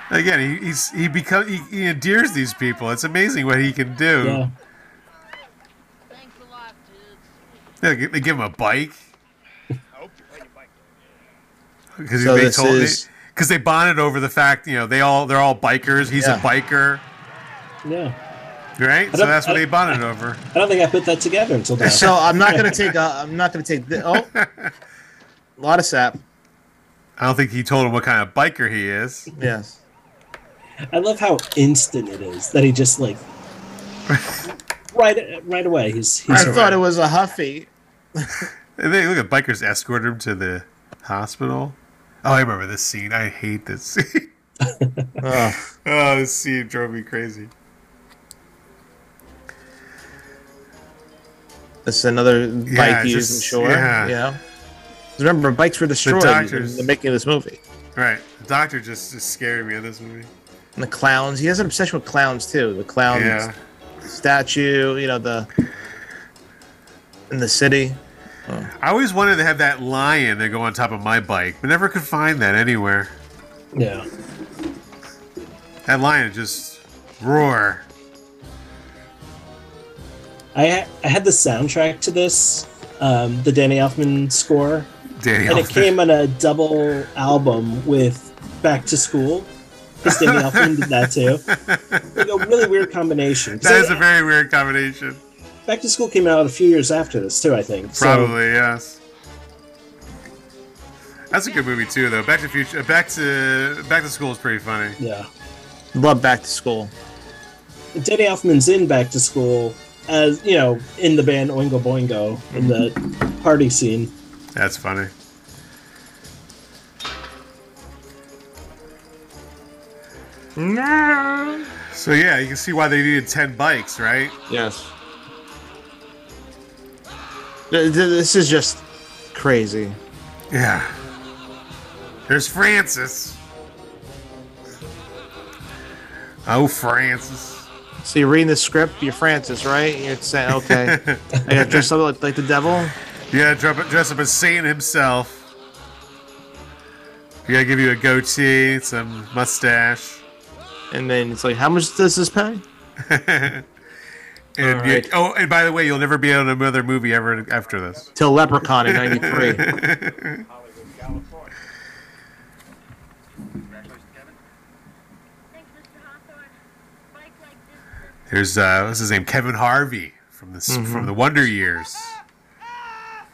S6: Again, he, he's he become he, he endears these people. It's amazing what he can do.
S8: Yeah.
S6: Yeah, they gi- they give him a bike because
S7: So
S6: they
S7: this
S6: told
S7: is-
S6: because they bonded over the fact you know they all they're all bikers. He's
S8: Yeah.
S6: a biker,
S8: Yeah.
S6: right?
S8: I
S6: So
S8: don't-
S6: that's what
S8: I-
S6: they bonded over.
S8: I don't think I put that together until now.
S7: So I'm not gonna take. Uh, I'm not gonna take. Th- oh, a lot of sap.
S6: I don't think he told him what kind of biker he is.
S7: Yes.
S8: I love how instant it is that he just like right right away. He's, he's
S7: I thought it was a Huffy.
S6: And they look at bikers escorted him to the hospital. Oh, I remember this scene. I hate this scene. oh. this scene drove me crazy.
S7: This is another bike
S6: Yeah, it's
S7: used,
S6: just-
S7: I'm sure.
S6: yeah.
S7: Yeah. 'Cause Remember, bikes were destroyed
S6: doctors-
S7: in the making of this movie.
S6: Right. The doctor just, just scared me in this movie.
S7: And the clowns. He has an obsession with clowns too. The clown
S6: Yeah.
S7: statue. You know the in the city.
S6: I always wanted to have that lion that go on top of my bike, but never could find that anywhere.
S8: Yeah.
S6: That lion just roar.
S8: I I had the soundtrack to this, um, the Danny Elfman score,
S6: Danny
S8: and it
S6: Elfman.
S8: came on a double album with Back to School. Because Danny Elfman did that too. Like a really weird combination. 'Cause
S6: That
S8: I-
S6: is a very weird combination.
S8: Back to School came out a few years after this too, I think. So-
S6: Probably yes. That's a good movie too, though. Back to Future, Back to Back to School is pretty funny.
S8: Yeah.
S7: Love Back to School.
S8: Danny Elfman's in Back to School as you know in the band Oingo Boingo in the party scene.
S6: That's funny.
S7: No.
S6: So yeah, you can see why they needed ten bikes, right?
S7: Yes. Th- th- This is just crazy.
S6: Yeah. There's Francis. Oh, Francis.
S7: So you're reading the script. You're Francis, right? You're saying, okay, I got to dress up like, like the devil.
S6: Yeah, dress up, dress up as Satan himself. We gotta give you a goatee, some mustache.
S7: And then it's like, how much does this pay?
S6: and you-
S7: Alright.
S6: oh, and by the way, you'll never be on another movie ever after this.
S7: Till Leprechaun in '93.
S6: There's uh, what's his name, Kevin Harvey from the s
S7: Mhm.
S6: from the Wonder Years.
S13: Ah!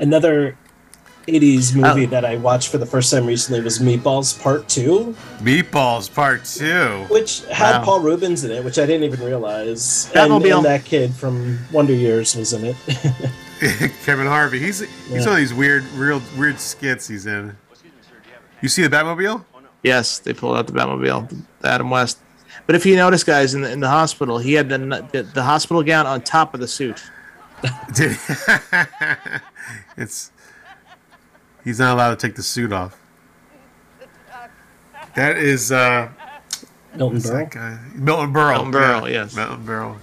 S8: Another 80s movie that I watched for the first time recently was Meatballs Part 2,
S6: Meatballs Part Two.
S8: which had
S6: Wow.
S8: Paul Rubens in it, which I didn't even realize. And,
S6: Batmobile.
S8: and that kid from Wonder Years was in it.
S6: Kevin Harvey. He's he's
S8: Yeah.
S6: one of these weird, real weird skits he's in. You see the Batmobile?
S7: Yes, they pulled out the Batmobile, Adam West. But if you notice, guys, in the, in the hospital, he had the, n- the the hospital gown on top of the suit.
S6: Did it's he's not allowed to take the suit off. That is uh,
S8: Milton
S6: who's
S8: Berle.
S6: that guy? Milton Berle.
S7: Milton Berle,
S6: yeah.
S7: yes.
S6: Milton Berle.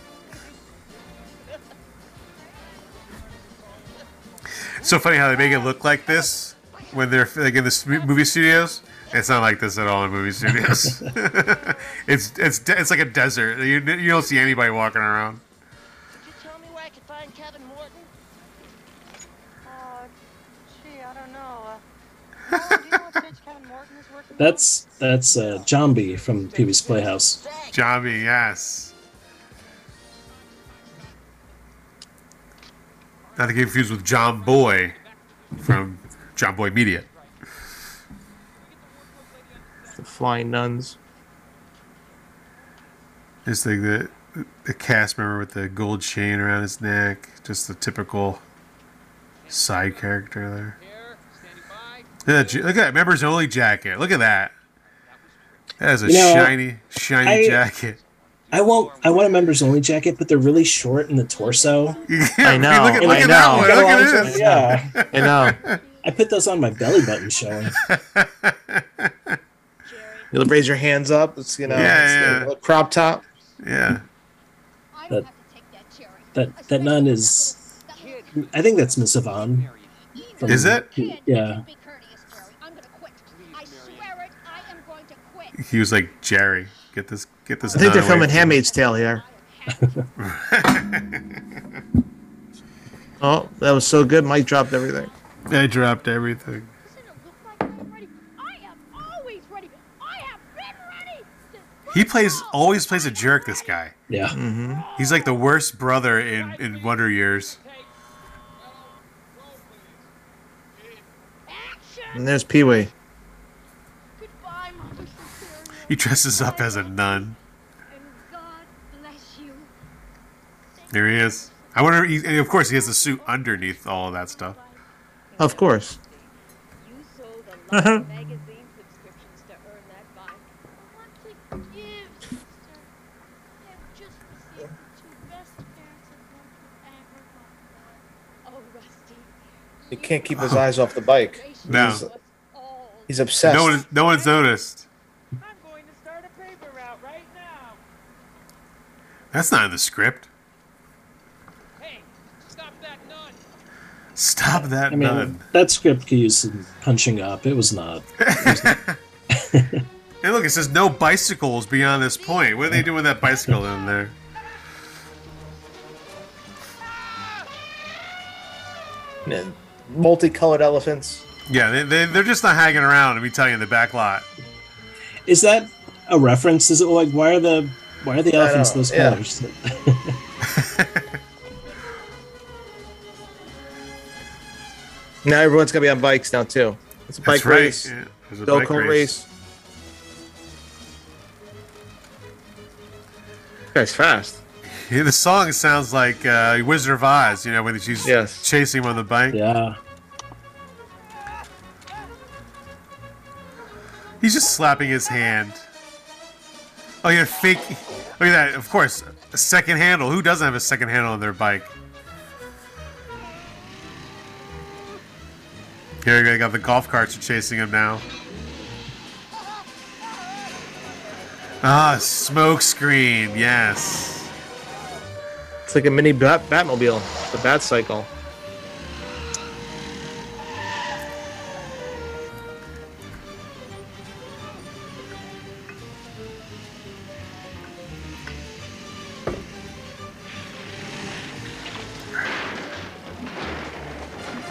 S6: So funny how they make it look like this when they're like in the s- movie studios. It's not like this at all in movie studios. it's it's de- it's like a desert. You, you don't see anybody walking around.
S5: Uh, Gee, I don't know. Uh,
S8: That's that's uh, Jambi from Pee Wee's Playhouse.
S6: Jambi, yes. Not to get confused with John Boy from John Boy Media.
S7: The flying nuns.
S6: Just like the the cast member with the gold chain around his neck, just the typical side character there. Look at that, look at that members only jacket. Look at that. That is a
S8: You know,
S6: shiny, shiny
S8: I-
S6: jacket.
S8: I won't. I want a members only jacket, but they're really short in the torso.
S7: I know, look at- I look at that know. one, look at this.
S8: Yeah,
S7: I know.
S8: I put those on my belly button showing.
S7: You raise your hands up. It's you know,
S8: Yeah,
S7: it's
S8: yeah.
S7: a little crop top.
S6: Yeah.
S8: That that that nun is. I think that's Miss Yvonne. from-
S6: Is it?
S8: Yeah.
S6: He was like Jerry. Get this, get
S7: I
S6: this.
S7: think
S6: nun
S7: they're
S6: away
S7: filming
S6: from-
S7: Handmaid's Tale here. oh, that was so good. Mike dropped everything.
S6: I dropped everything. He plays always plays a jerk. This guy.
S8: Yeah.
S6: Hmm, He's like the worst brother in in Wonder Years.
S7: And there's Pee Wee.
S6: He dresses up as a nun. There he is. I wonder. He, and of course, he has the suit underneath all of that stuff.
S7: Of course.
S14: magazine subscriptions to earn that bike. What to give, sister? I've just received the two best pairs of them from Amazon. Oh, Rusty.
S7: He can't keep his eyes off the bike.
S6: No.
S7: He's, he's obsessed.
S6: No one, no one's noticed. That's not in the script. Stop that
S8: I mean,
S6: nun.
S8: that script could use some punching up. It was not.
S6: Hey, look, it says no bicycles beyond this point. What are they doing with that bicycle in there?
S7: And multicolored elephants.
S6: Yeah, they, they, they're just not hanging around, let me tell you, in the back lot.
S8: Is that a reference? Is it like why are the why are the
S6: I
S8: elephants
S6: know,
S8: those
S6: yeah.
S8: colors?
S7: Now everyone's gonna be on bikes now too. It's a
S6: That's
S7: bike
S6: right,
S7: race.
S6: yeah, there's a
S7: go
S6: bike
S7: kart
S6: race.
S7: race. Guy's fast.
S6: Yeah, the song sounds like uh, Wizard of Oz, you know, when she's chasing him on the bike.
S8: Yeah.
S6: He's just slapping his hand. Oh, yeah, fake. Look at that. Of course, a second handle. Who doesn't have a second handle on their bike? Here they got the golf carts are chasing him now. Ah, smoke screen. Yes.
S7: It's like a mini bat- Batmobile. The Bat Cycle.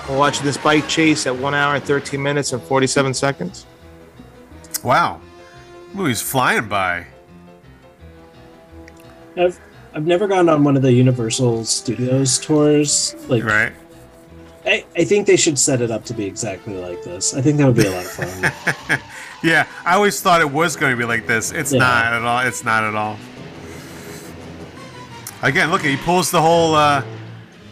S7: We're watching this bike chase at one hour and thirteen minutes and forty-seven seconds.
S6: Wow. Movie's flying by.
S8: I've I've never gone on one of the Universal Studios tours. Like
S6: right.
S8: I, I think they should set it up to be exactly like this. I think that would be a lot of fun.
S6: Yeah, I always thought it was going to be like this. It's
S8: Yeah.
S6: not at all. It's not at all. Again, look, he pulls the whole, uh,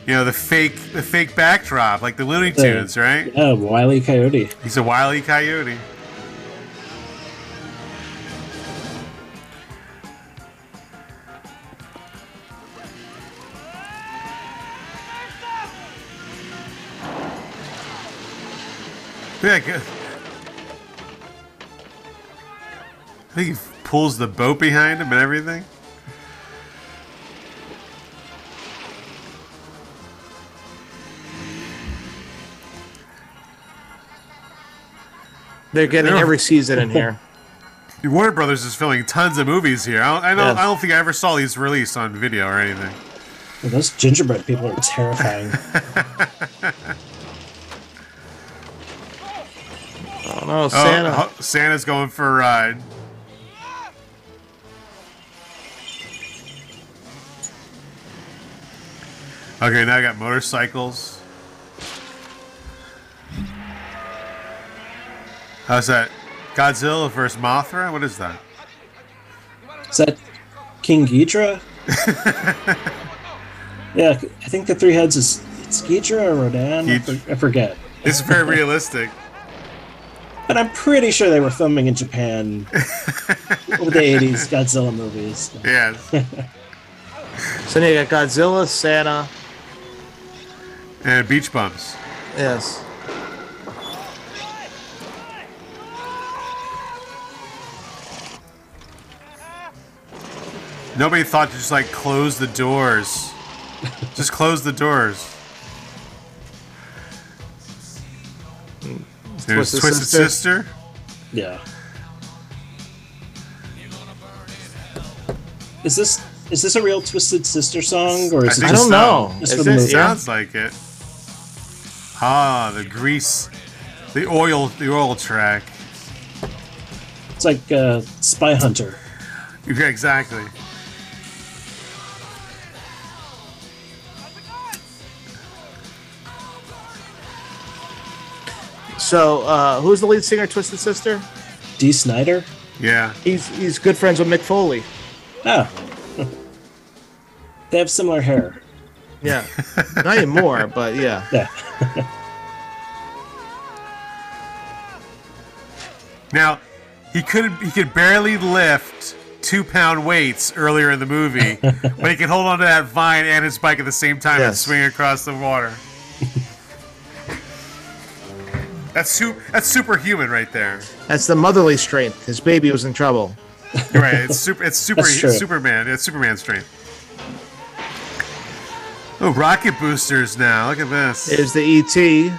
S6: you know, the fake, the fake backdrop, like the Looney
S8: Yeah.
S6: Tunes, right?
S8: yeah, Wiley Coyote.
S6: He's a wily coyote. Yeah, good. I think he pulls the boat behind him and everything.
S7: They're getting
S6: Yeah.
S7: every season in here.
S6: The Warner Brothers is filming tons of movies here. I don't, I don't,
S8: Yes.
S6: I don't think I ever saw these released on video or anything.
S8: Yeah, those gingerbread people are terrifying.
S7: Oh no, Santa.
S6: ho- Santa's going for a ride. Okay, now I got motorcycles. How's that? Godzilla versus Mothra? What is that?
S8: Is that King Ghidra? yeah, I think the three heads is it's Ghidra or Rodan. I, for- I forget.
S6: This is very realistic.
S8: But I'm pretty sure they were filming in Japan over the 80s Godzilla movies.
S6: Yeah.
S7: So now you got Godzilla, Santa.
S6: And beach bumps.
S7: Yes.
S6: Nobody thought to just like close the doors. just close the doors. There's Twisted,
S8: Twisted
S6: Sister.
S8: Sister. Yeah. Is this is this a real Twisted Sister song or is it
S6: think
S8: just
S6: so.
S8: Just
S6: It
S8: from the movie?
S6: sounds like it. Ah, the grease, the oil, the oil track.
S8: It's like uh, Spy Hunter.
S6: Yeah, exactly.
S7: So uh, who's the lead singer, of Twisted Sister?
S8: D. Snyder.
S6: Yeah.
S7: He's he's good friends with Mick Foley.
S8: Ah. They have similar hair.
S7: Yeah. Not anymore, but yeah.
S8: Yeah.
S6: Now, he could he could barely lift two pound weights earlier in the movie, but he can hold on to that vine and his bike at the same time and
S7: Yes.
S6: swing across the water. that's su- that's superhuman right there.
S7: That's the motherly strength. His baby was in trouble.
S6: You're right. It's super. It's super.
S7: That's true.
S6: It's Superman. It's Superman strength. Oh, rocket boosters now. Look at this.
S7: There's the E ET.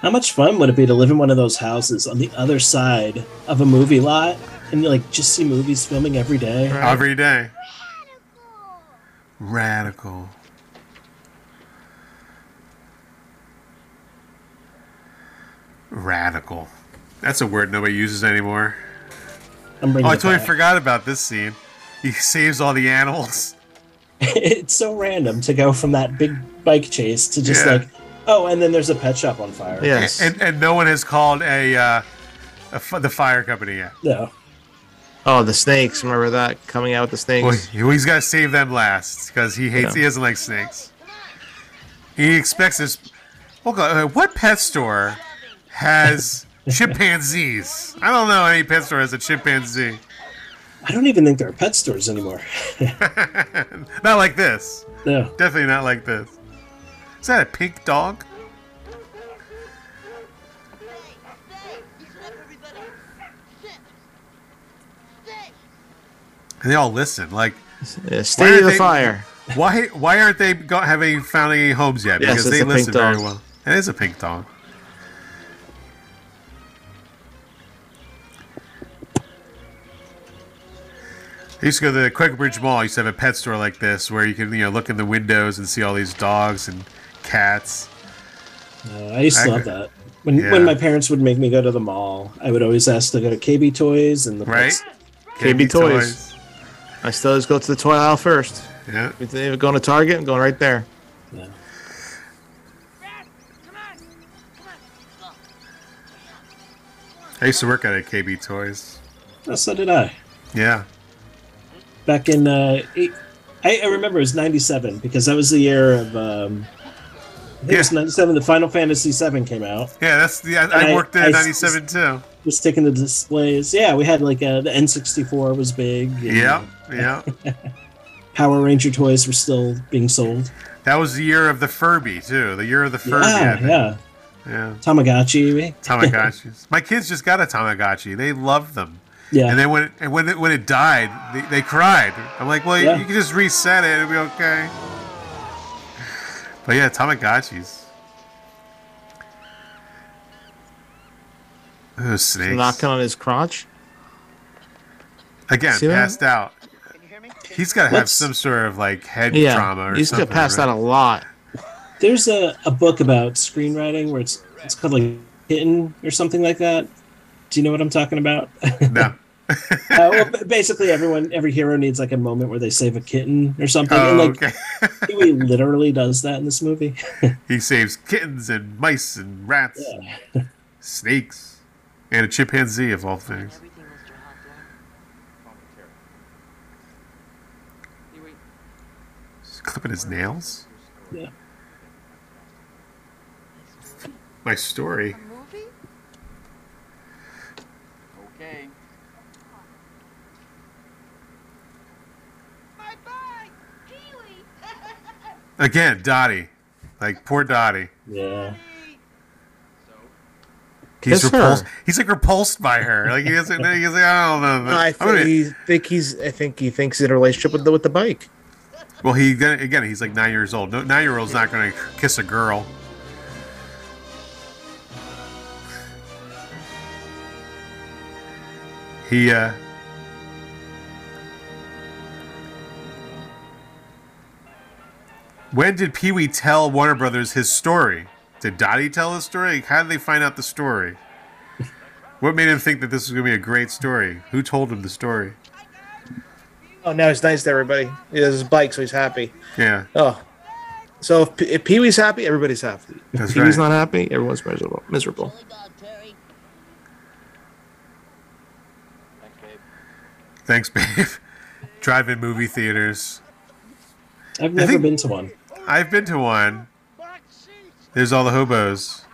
S8: How much fun would it be to live in one of those houses on the other side of a movie lot and like just see movies filming every day?
S6: Every day. Radical. Radical. That's a word nobody uses anymore.
S8: I'm
S6: Oh,
S8: bringing
S6: I
S8: it
S6: totally
S8: back.
S6: forgot about this scene. He saves all the animals.
S8: it's so random to go from that big bike chase to just
S6: Yeah.
S8: like, oh, and then there's a pet shop on fire.
S6: And, and no one has called a, uh, a f- the fire company yet.
S8: No.
S7: Oh, the snakes. Remember that? Coming out with the
S6: Well,
S7: snakes.
S6: he- he's got to save them last because he hates.
S7: Yeah.
S6: He doesn't like snakes. He expects this. Oh God, uh, what pet store has chimpanzees? I don't know any pet store has a chimpanzee.
S8: I don't even think there are pet stores anymore.
S6: Not like this.
S8: No.
S6: Definitely not like this. Is that a pink dog? And they all listen. Like,
S7: Yeah,
S6: why
S7: stay
S6: aren't
S7: to the
S6: they-
S7: fire.
S6: Why? Why aren't they go, have any found any homes yet?
S7: Yes,
S6: Because
S7: it's
S6: they
S7: a pink
S6: listen very
S7: dog.
S6: well. It is a pink dog. I used to go to the Quaker Bridge Mall. I used to have a pet store like this where you can you know look in the windows and see all these dogs and cats.
S8: Uh, I used to
S6: I-
S8: love that. When,
S6: Yeah.
S8: when my parents would make me go to the mall, I would always ask to go to KB Toys and the
S6: Right?
S8: pets-
S7: KB Toys. I still just go to the toy aisle first.
S6: Yeah.
S7: If they're going to Target, I'm going right there.
S6: I used to work at a KB Toys.
S8: Oh, so did I.
S6: Yeah.
S8: back in uh, eight, I, I remember it was 97 because that was the year of um I think it was 97 the final fantasy 7 came out
S6: Yeah, that's the. I,
S8: And
S6: I
S8: I-
S6: worked there
S8: I
S6: in
S8: s-
S6: '97 too.
S8: was taking the displays yeah we had like uh, the n64 was big and
S6: Yeah, yeah.
S8: power ranger toys were still being sold
S6: That was the year of the Furby too. The year of the Furby. I
S8: yeah
S6: think.
S8: Ah, yeah
S6: Yeah.
S8: tamagotchi
S6: Tamagotchis. My kids just got a Tamagotchi. They loved them.
S8: Yeah.
S6: And then when it, and when it, when it died, they, they cried. I'm like, well,
S8: Yeah.
S6: you can just reset it. It'll be okay. But yeah, Tamagotchis. Oh, snakes.
S7: Knocking on his crotch.
S6: Again,
S7: See that?
S6: passed out. He's got to have
S8: Let's-
S6: some sort of like head
S7: Yeah,
S6: trauma or
S7: he's got
S6: something.
S7: passed out a lot.
S8: there's a, a book about screenwriting where it's it's called like kitten or something like that do you know what i'm talking about
S6: No.
S8: uh, well, ba- basically, everyone, every hero needs like a moment where they save a kitten or something. and,
S6: Oh,
S8: like, Pee Wee literally does that in this movie.
S6: He saves kittens and mice and rats, and snakes, and a chimpanzee of all things. He's clipping his nails.
S8: Yeah.
S6: My story.
S5: Okay.
S6: Again, Dottie. Like poor Dottie.
S8: Yeah.
S6: He's
S7: Kiss her.
S6: repulsed. He's like repulsed by her. Like he doesn't. He's like I don't know.
S7: I
S6: I'm gonna-
S7: think, he, think he's. I think he thinks he's in a relationship with the with the bike.
S6: Well, he then again, he's like nine years old. No, nine year old's not going to kiss a girl. He, uh. When did Pee Wee tell Warner Brothers his story? Did Dottie tell his story? How did they find out the story? What made him think that this was going to be a great story? Who told him the story?
S7: Oh, now he's nice to everybody. He has his bike, so he's happy.
S6: Yeah.
S7: Oh, so if, P- if Pee Wee's happy, everybody's happy. If
S6: That's
S7: Pee Wee's
S6: right.
S7: not happy, everyone's miserable. Miserable.
S6: Thanks, babe. Drive in movie theaters.
S8: I've
S6: I
S8: never
S6: think-
S8: been to one.
S6: I've been to one. There's all the hobos.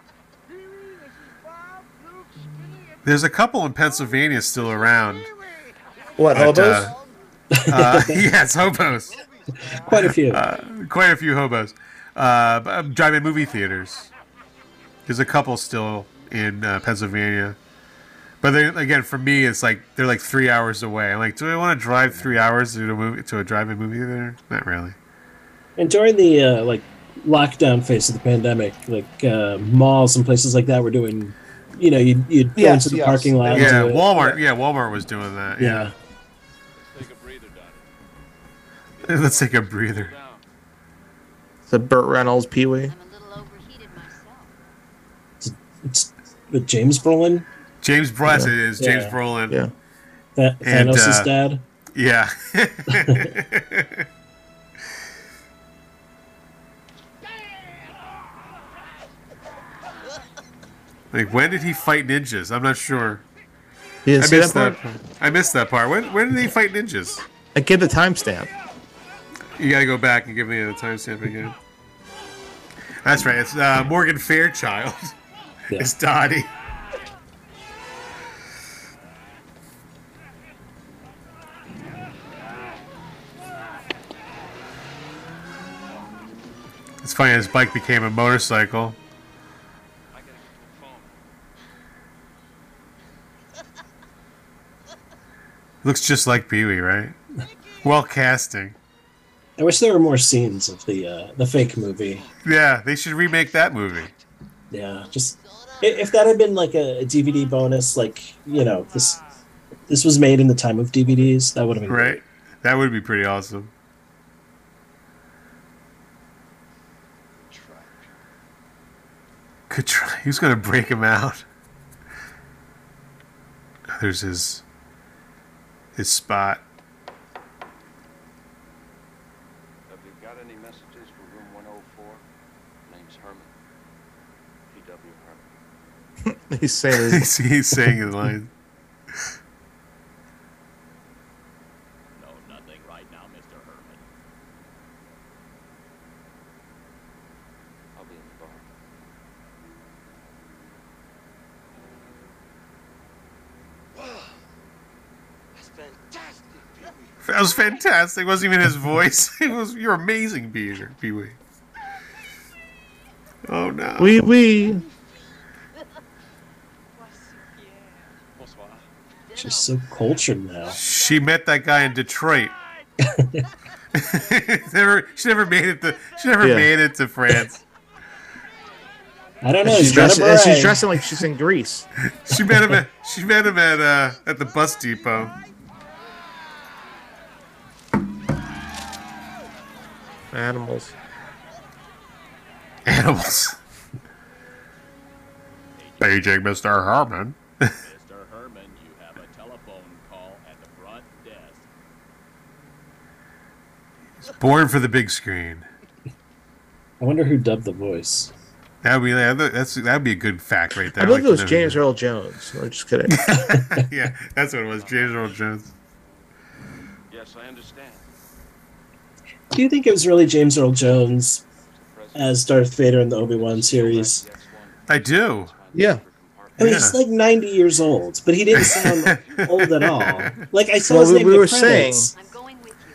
S6: There's a couple in Pennsylvania still around.
S7: What,
S6: But,
S7: hobos?
S6: Uh, uh, yes, hobos.
S8: Quite a few.
S6: Uh, quite a few hobos. Uh, b- uh, drive-in movie theaters. There's a couple still in uh, Pennsylvania. But then again, for me, it's like they're like three hours away. I'm like, do I want to drive three hours to a movie to a drive-in movie theater? Not really.
S8: And during the uh, like lockdown phase of the pandemic, like uh, malls and places like that were doing, you know, you'd, you'd go
S6: Yes,
S8: into the
S6: yes.
S8: parking lot.
S6: Yeah,
S8: to-
S6: Walmart. Yeah, Walmart was doing that.
S8: Yeah.
S6: Yeah. Let's take a breather.
S7: It's a Burt Reynolds Pee Wee.
S8: It's with James Brolin.
S6: James Brolin it is
S8: Yeah.
S6: James Brolin.
S7: Yeah.
S8: That
S6: And,
S8: Thanos'
S6: uh,
S8: dad.
S6: Yeah. like when did he fight ninjas? I'm not sure.
S7: You didn't
S6: I
S7: see
S6: missed
S7: that
S6: that.
S7: part?
S6: I missed that part. When when did he fight ninjas?
S7: I give the timestamp.
S6: You gotta go back and give me the timestamp again. That's right. It's uh, Morgan Fairchild. It's Dottie. It's funny. His bike became a motorcycle. Looks just like Pee Wee, right? Well casting.
S8: I wish there were more scenes of the uh, the fake movie.
S6: Yeah, they should remake that movie.
S8: Yeah, just i- if that had been like a, a DVD bonus, like you know this this was made in the time of DVDs, that would have been
S6: Right? That would be pretty awesome. Good try. He was going to break him out. There's his his spot.
S2: Have you got any messages for room 104? Name's Herman. P.W. Herman.
S7: He's saying
S6: he's, he's saying his line.
S15: No, nothing right now, Mr. Herman.
S2: I'll be in the bar. Wow! That's fantastic, Pee-wee.
S6: That was fantastic. It wasn't even his voice. It was you're amazing, Peter Pee Wee. Oh no.
S7: Wee wee.
S2: Bonsoir.
S8: She's so cultured now.
S6: She met that guy in Detroit. never, she never made it to. She never
S7: Yeah.
S6: made it to France.
S8: I don't
S7: And
S8: know.
S7: she's,
S8: he's got a
S7: dressing, and she's
S8: beret.
S7: dressing like she's in Greece.
S6: She met him. At, she met him at uh, at the bus depot.
S7: Animals.
S6: Animals. Paging Mr. Harmon.
S15: Mr. Herman, you have a telephone call at the front desk.
S6: Born for the big screen.
S8: I wonder who dubbed the voice.
S6: That would be that's that would be a good fact right there.
S7: I believe
S6: Like,
S7: it was
S6: no, no,
S7: James Earl Jones. I'm just kidding.
S6: no. yeah, that's what it was. James Earl Jones.
S2: Yes, I understand.
S8: Do you think it was really James Earl Jones as Darth Vader in the Obi Wan series?
S6: I do.
S7: Yeah.
S8: I mean, he's like 90 years old, but he didn't sound old at all. Like I saw
S7: well,
S8: his
S7: we,
S8: name.
S7: we
S8: in the
S7: were saying
S8: credits.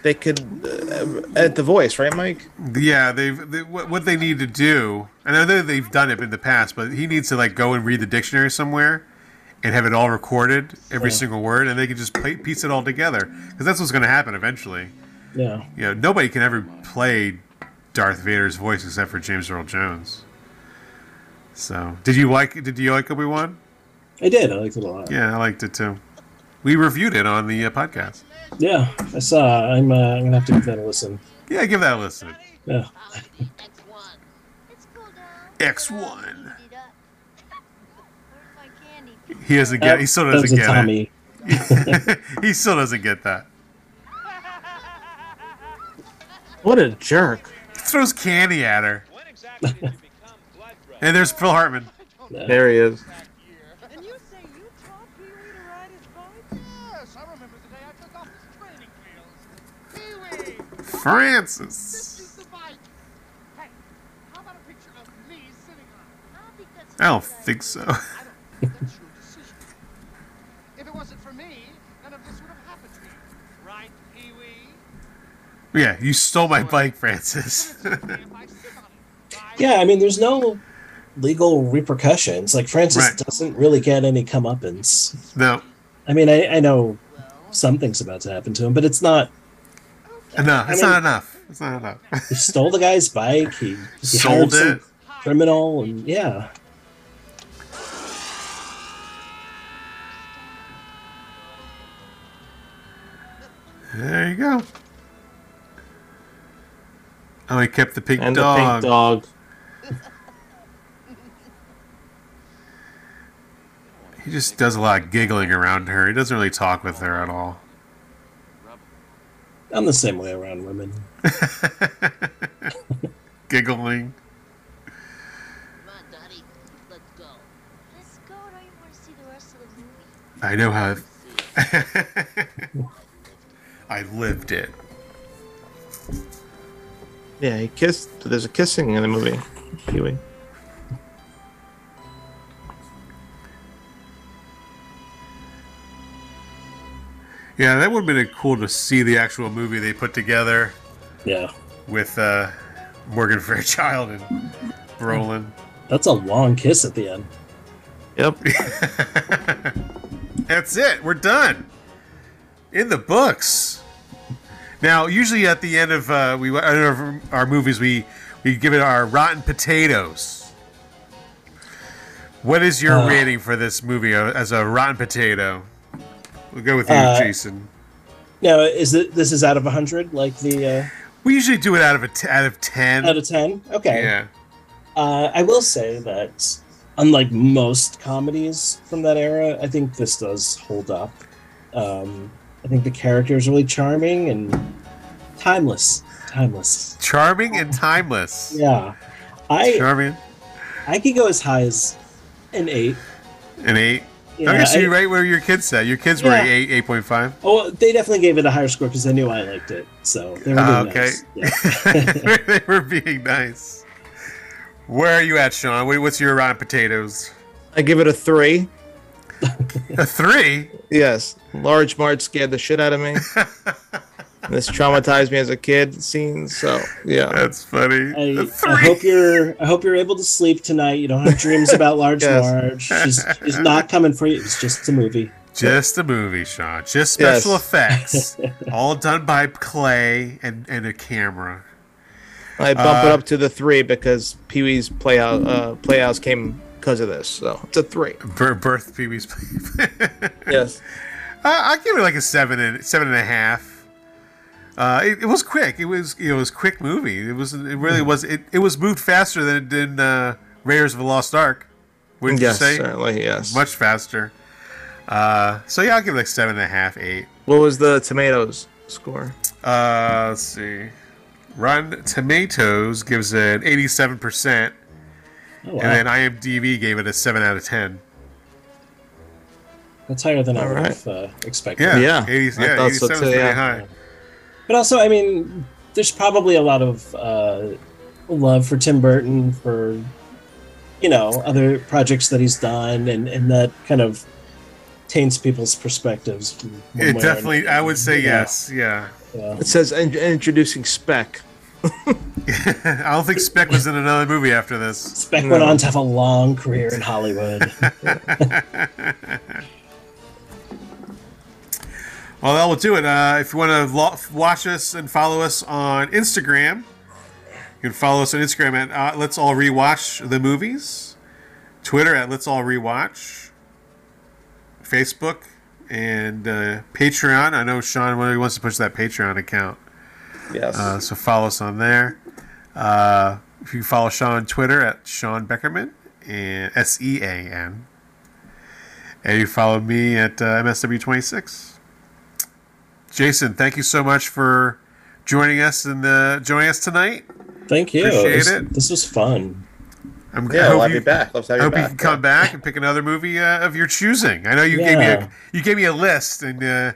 S7: they could uh, edit the voice, right, Mike?
S6: Yeah, they've they, what what they need to do. And I know they've done it in the past, but he needs to like go and read the dictionary somewhere and have it all recorded, every
S8: Yeah.
S6: single word, and they can just play, piece it all together because that's what's going to happen eventually.
S8: Yeah.
S6: You know, nobody can ever play Darth Vader's voice except for James Earl Jones. So, did you like? Did you like Obi Wan?
S8: I did. I liked it a lot.
S6: Yeah, I liked it too. We reviewed it on the uh, podcast.
S8: Yeah, I saw. I'm. Uh, I'm gonna have to give that a listen.
S6: Yeah, give that a listen.
S8: Yeah.
S6: X one. He doesn't get. He still
S8: That was
S6: doesn't
S8: a
S6: get
S8: Tommy.
S6: it. he still doesn't get that.
S7: What a jerk.
S6: He throws candy at her. and there's Phil Hartman.
S7: There he is.
S5: And you say you taught Pee Wee to ride his bike? Yes, I remember the day I took off his training wheels. Pee Wee!
S6: Francis. I don't think so.
S5: If it wasn't for me, none of this would have happened to me. Right, Pee Wee?
S6: yeah, you stole my bike, Francis.
S8: Yeah, I mean, there's no legal repercussions. Like Francis
S6: Right.
S8: doesn't really get any comeuppance.
S6: No.
S8: I mean, I, I know something's about to happen to him, but it's not.
S6: No, it's
S8: mean-
S6: not enough. It's not enough.
S8: He stole the guy's bike. He, he hired
S6: Sold
S8: some
S6: it.
S8: Criminal, and yeah,
S6: There you go. Oh, he kept the pink
S16: And the
S6: dog.
S16: pink dog.
S6: He just does a lot of giggling around her. He doesn't really talk with her at all.
S8: I'm the same way around women.
S6: Giggling.
S14: Let's go. Don't you want to see the rest of the movie?
S6: I know how. I lived it.
S7: Yeah, he kissed. There's a kissing in the movie. Pee Wee.
S6: Yeah, that would have been cool to see the actual movie they put together.
S8: Yeah.
S6: With uh, Morgan Fairchild and Brolin.
S8: That's a long kiss at the end.
S7: Yep.
S6: That's it. We're done. In the books. Now, usually at the end of uh, we end of our movies, we we give it our rotten potatoes. What is your
S8: Uh.
S6: rating for this movie uh, as a rotten potato? We'll go with you,
S8: Uh,
S6: Jason.
S8: Now, is it this is out of hundred? Like the uh,
S6: We usually do it out of a t- out of ten.
S8: out of ten? Okay.
S6: Yeah.
S8: Uh, I will say that unlike most comedies from that era, I think this does hold up. Um, I think the character is really charming and timeless. Timeless.
S6: Charming and timeless.
S8: Yeah. I
S6: Charming.
S8: I could go as high as an eight.
S6: An eight.
S8: Yeah,
S6: okay, so
S8: I-
S6: you're right where your kids said. Your kids were
S8: Yeah.
S6: eight, eight point five.
S8: Oh, they definitely gave it a higher score because they knew I liked it. So they were being
S6: Ah, okay.
S8: nice.
S6: they were being nice. Where are you at, Sean? What- What's your rotten potatoes?
S7: I give it a three.
S6: a three?
S7: Yes. Large Mart scared the shit out of me. this traumatized me as a kid. Scene. So yeah.
S6: That's funny.
S8: I, I hope you're I hope you're able to sleep tonight. You don't have dreams about Large
S7: Yes.
S8: Marge. She's, she's not coming for you. It's just a movie.
S6: Just a movie, Sean. Just special
S8: Yes.
S6: effects, all done by clay and, and a camera.
S7: I bump it
S6: Uh,
S7: up to the three because Pee Wee's Playhouse uh, Playhouse came because of this. So it's a three.
S6: Bir- Birth Pee Wee's.
S7: yes.
S6: I, I give it like a seven and seven and a half. Uh, it, it was quick. It was it was a quick movie. It was it really was it, it was moved faster than it did in, uh, Raiders of the Lost Ark. Wouldn't
S7: Yes,
S6: you say?
S7: certainly, yes.
S6: Much faster. Uh, so yeah, I'll give it like seven and a half, eight.
S7: What was the tomatoes score?
S6: Uh, let's see. Rotten Tomatoes gives it eighty-seven percent,
S8: Oh, wow.
S6: and then IMDb gave it a seven out of ten.
S8: That's higher than I
S6: All
S8: would
S6: right.
S8: have uh, expected.
S6: Yeah, 80, yeah, eighty-seven is pretty high.
S8: But also, I mean, there's probably a lot of uh, love for Tim Burton for you know other projects that he's done, and and that kind of taints people's perspectives. one way or
S6: It definitely, I would
S8: Oh,
S6: say
S8: Yeah.
S6: yes. Yeah.
S7: It says in- introducing Spec.
S6: I don't think Speck was in another movie after this.
S8: Beck
S6: Speck
S8: went on to have a long career in Hollywood.
S6: Well, that will do it. Uh, if you want to lo- watch us and follow us on Instagram, you can follow us on Instagram at uh, Let's All Rewatch the Movies, Twitter at Let's All Rewatch, Facebook, and uh, Patreon. I know Sean really wants to push that Patreon account.
S7: Yes.
S6: Uh, so follow us on there. Uh, if you follow Sean on Twitter at Sean Beckerman, and S E A N. And you follow me at uh, MSW26. Jason, thank you so much for joining us and the joining us tonight.
S8: Thank you.
S6: Appreciate
S8: This-
S6: it.
S8: This was fun.
S6: I'm
S8: Yeah,
S6: I hope
S8: well, I'll
S6: you-
S8: be back. Let's have
S6: I
S8: you
S6: hope you
S8: back,
S6: can come back and pick another movie uh, of your choosing. I know you gave me
S8: Yeah.
S6: a you gave me a list and uh,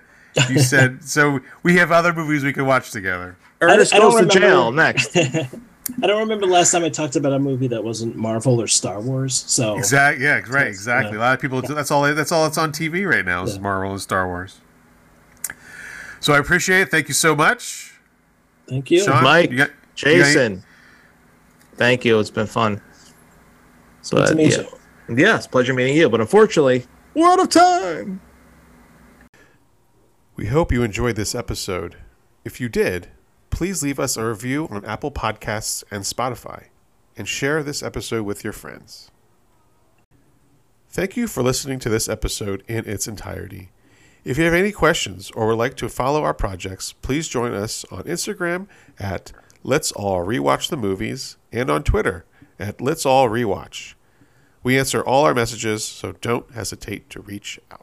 S6: you said so we have other movies we can watch together.
S8: I- I don't remember- I don't remember the last time I talked about a movie that wasn't Marvel or Star Wars. So
S6: Exactly. Yeah. Right. Exactly.
S8: yeah.
S6: A lot of people. That's all. That's all that's on TV right now. Is Marvel and Star Wars. So I appreciate it. Thank you so much.
S8: Thank
S6: you. Sean,
S7: Mike,
S6: you got- you got any-
S7: Jason. thank you. It's been fun. So
S6: Good to meet
S7: yeah. Yeah, it's a pleasure meeting you. But unfortunately, we're out of time.
S6: We hope you enjoyed this episode. If you did, please leave us a review on Apple Podcasts and Spotify, and share this episode with your friends. Thank you for listening to this episode in its entirety. If you have any questions or would like to follow our projects, please join us on Instagram at Let's All Rewatch the Movies and on Twitter at Let's All Rewatch. We answer all our messages, so don't hesitate to reach out.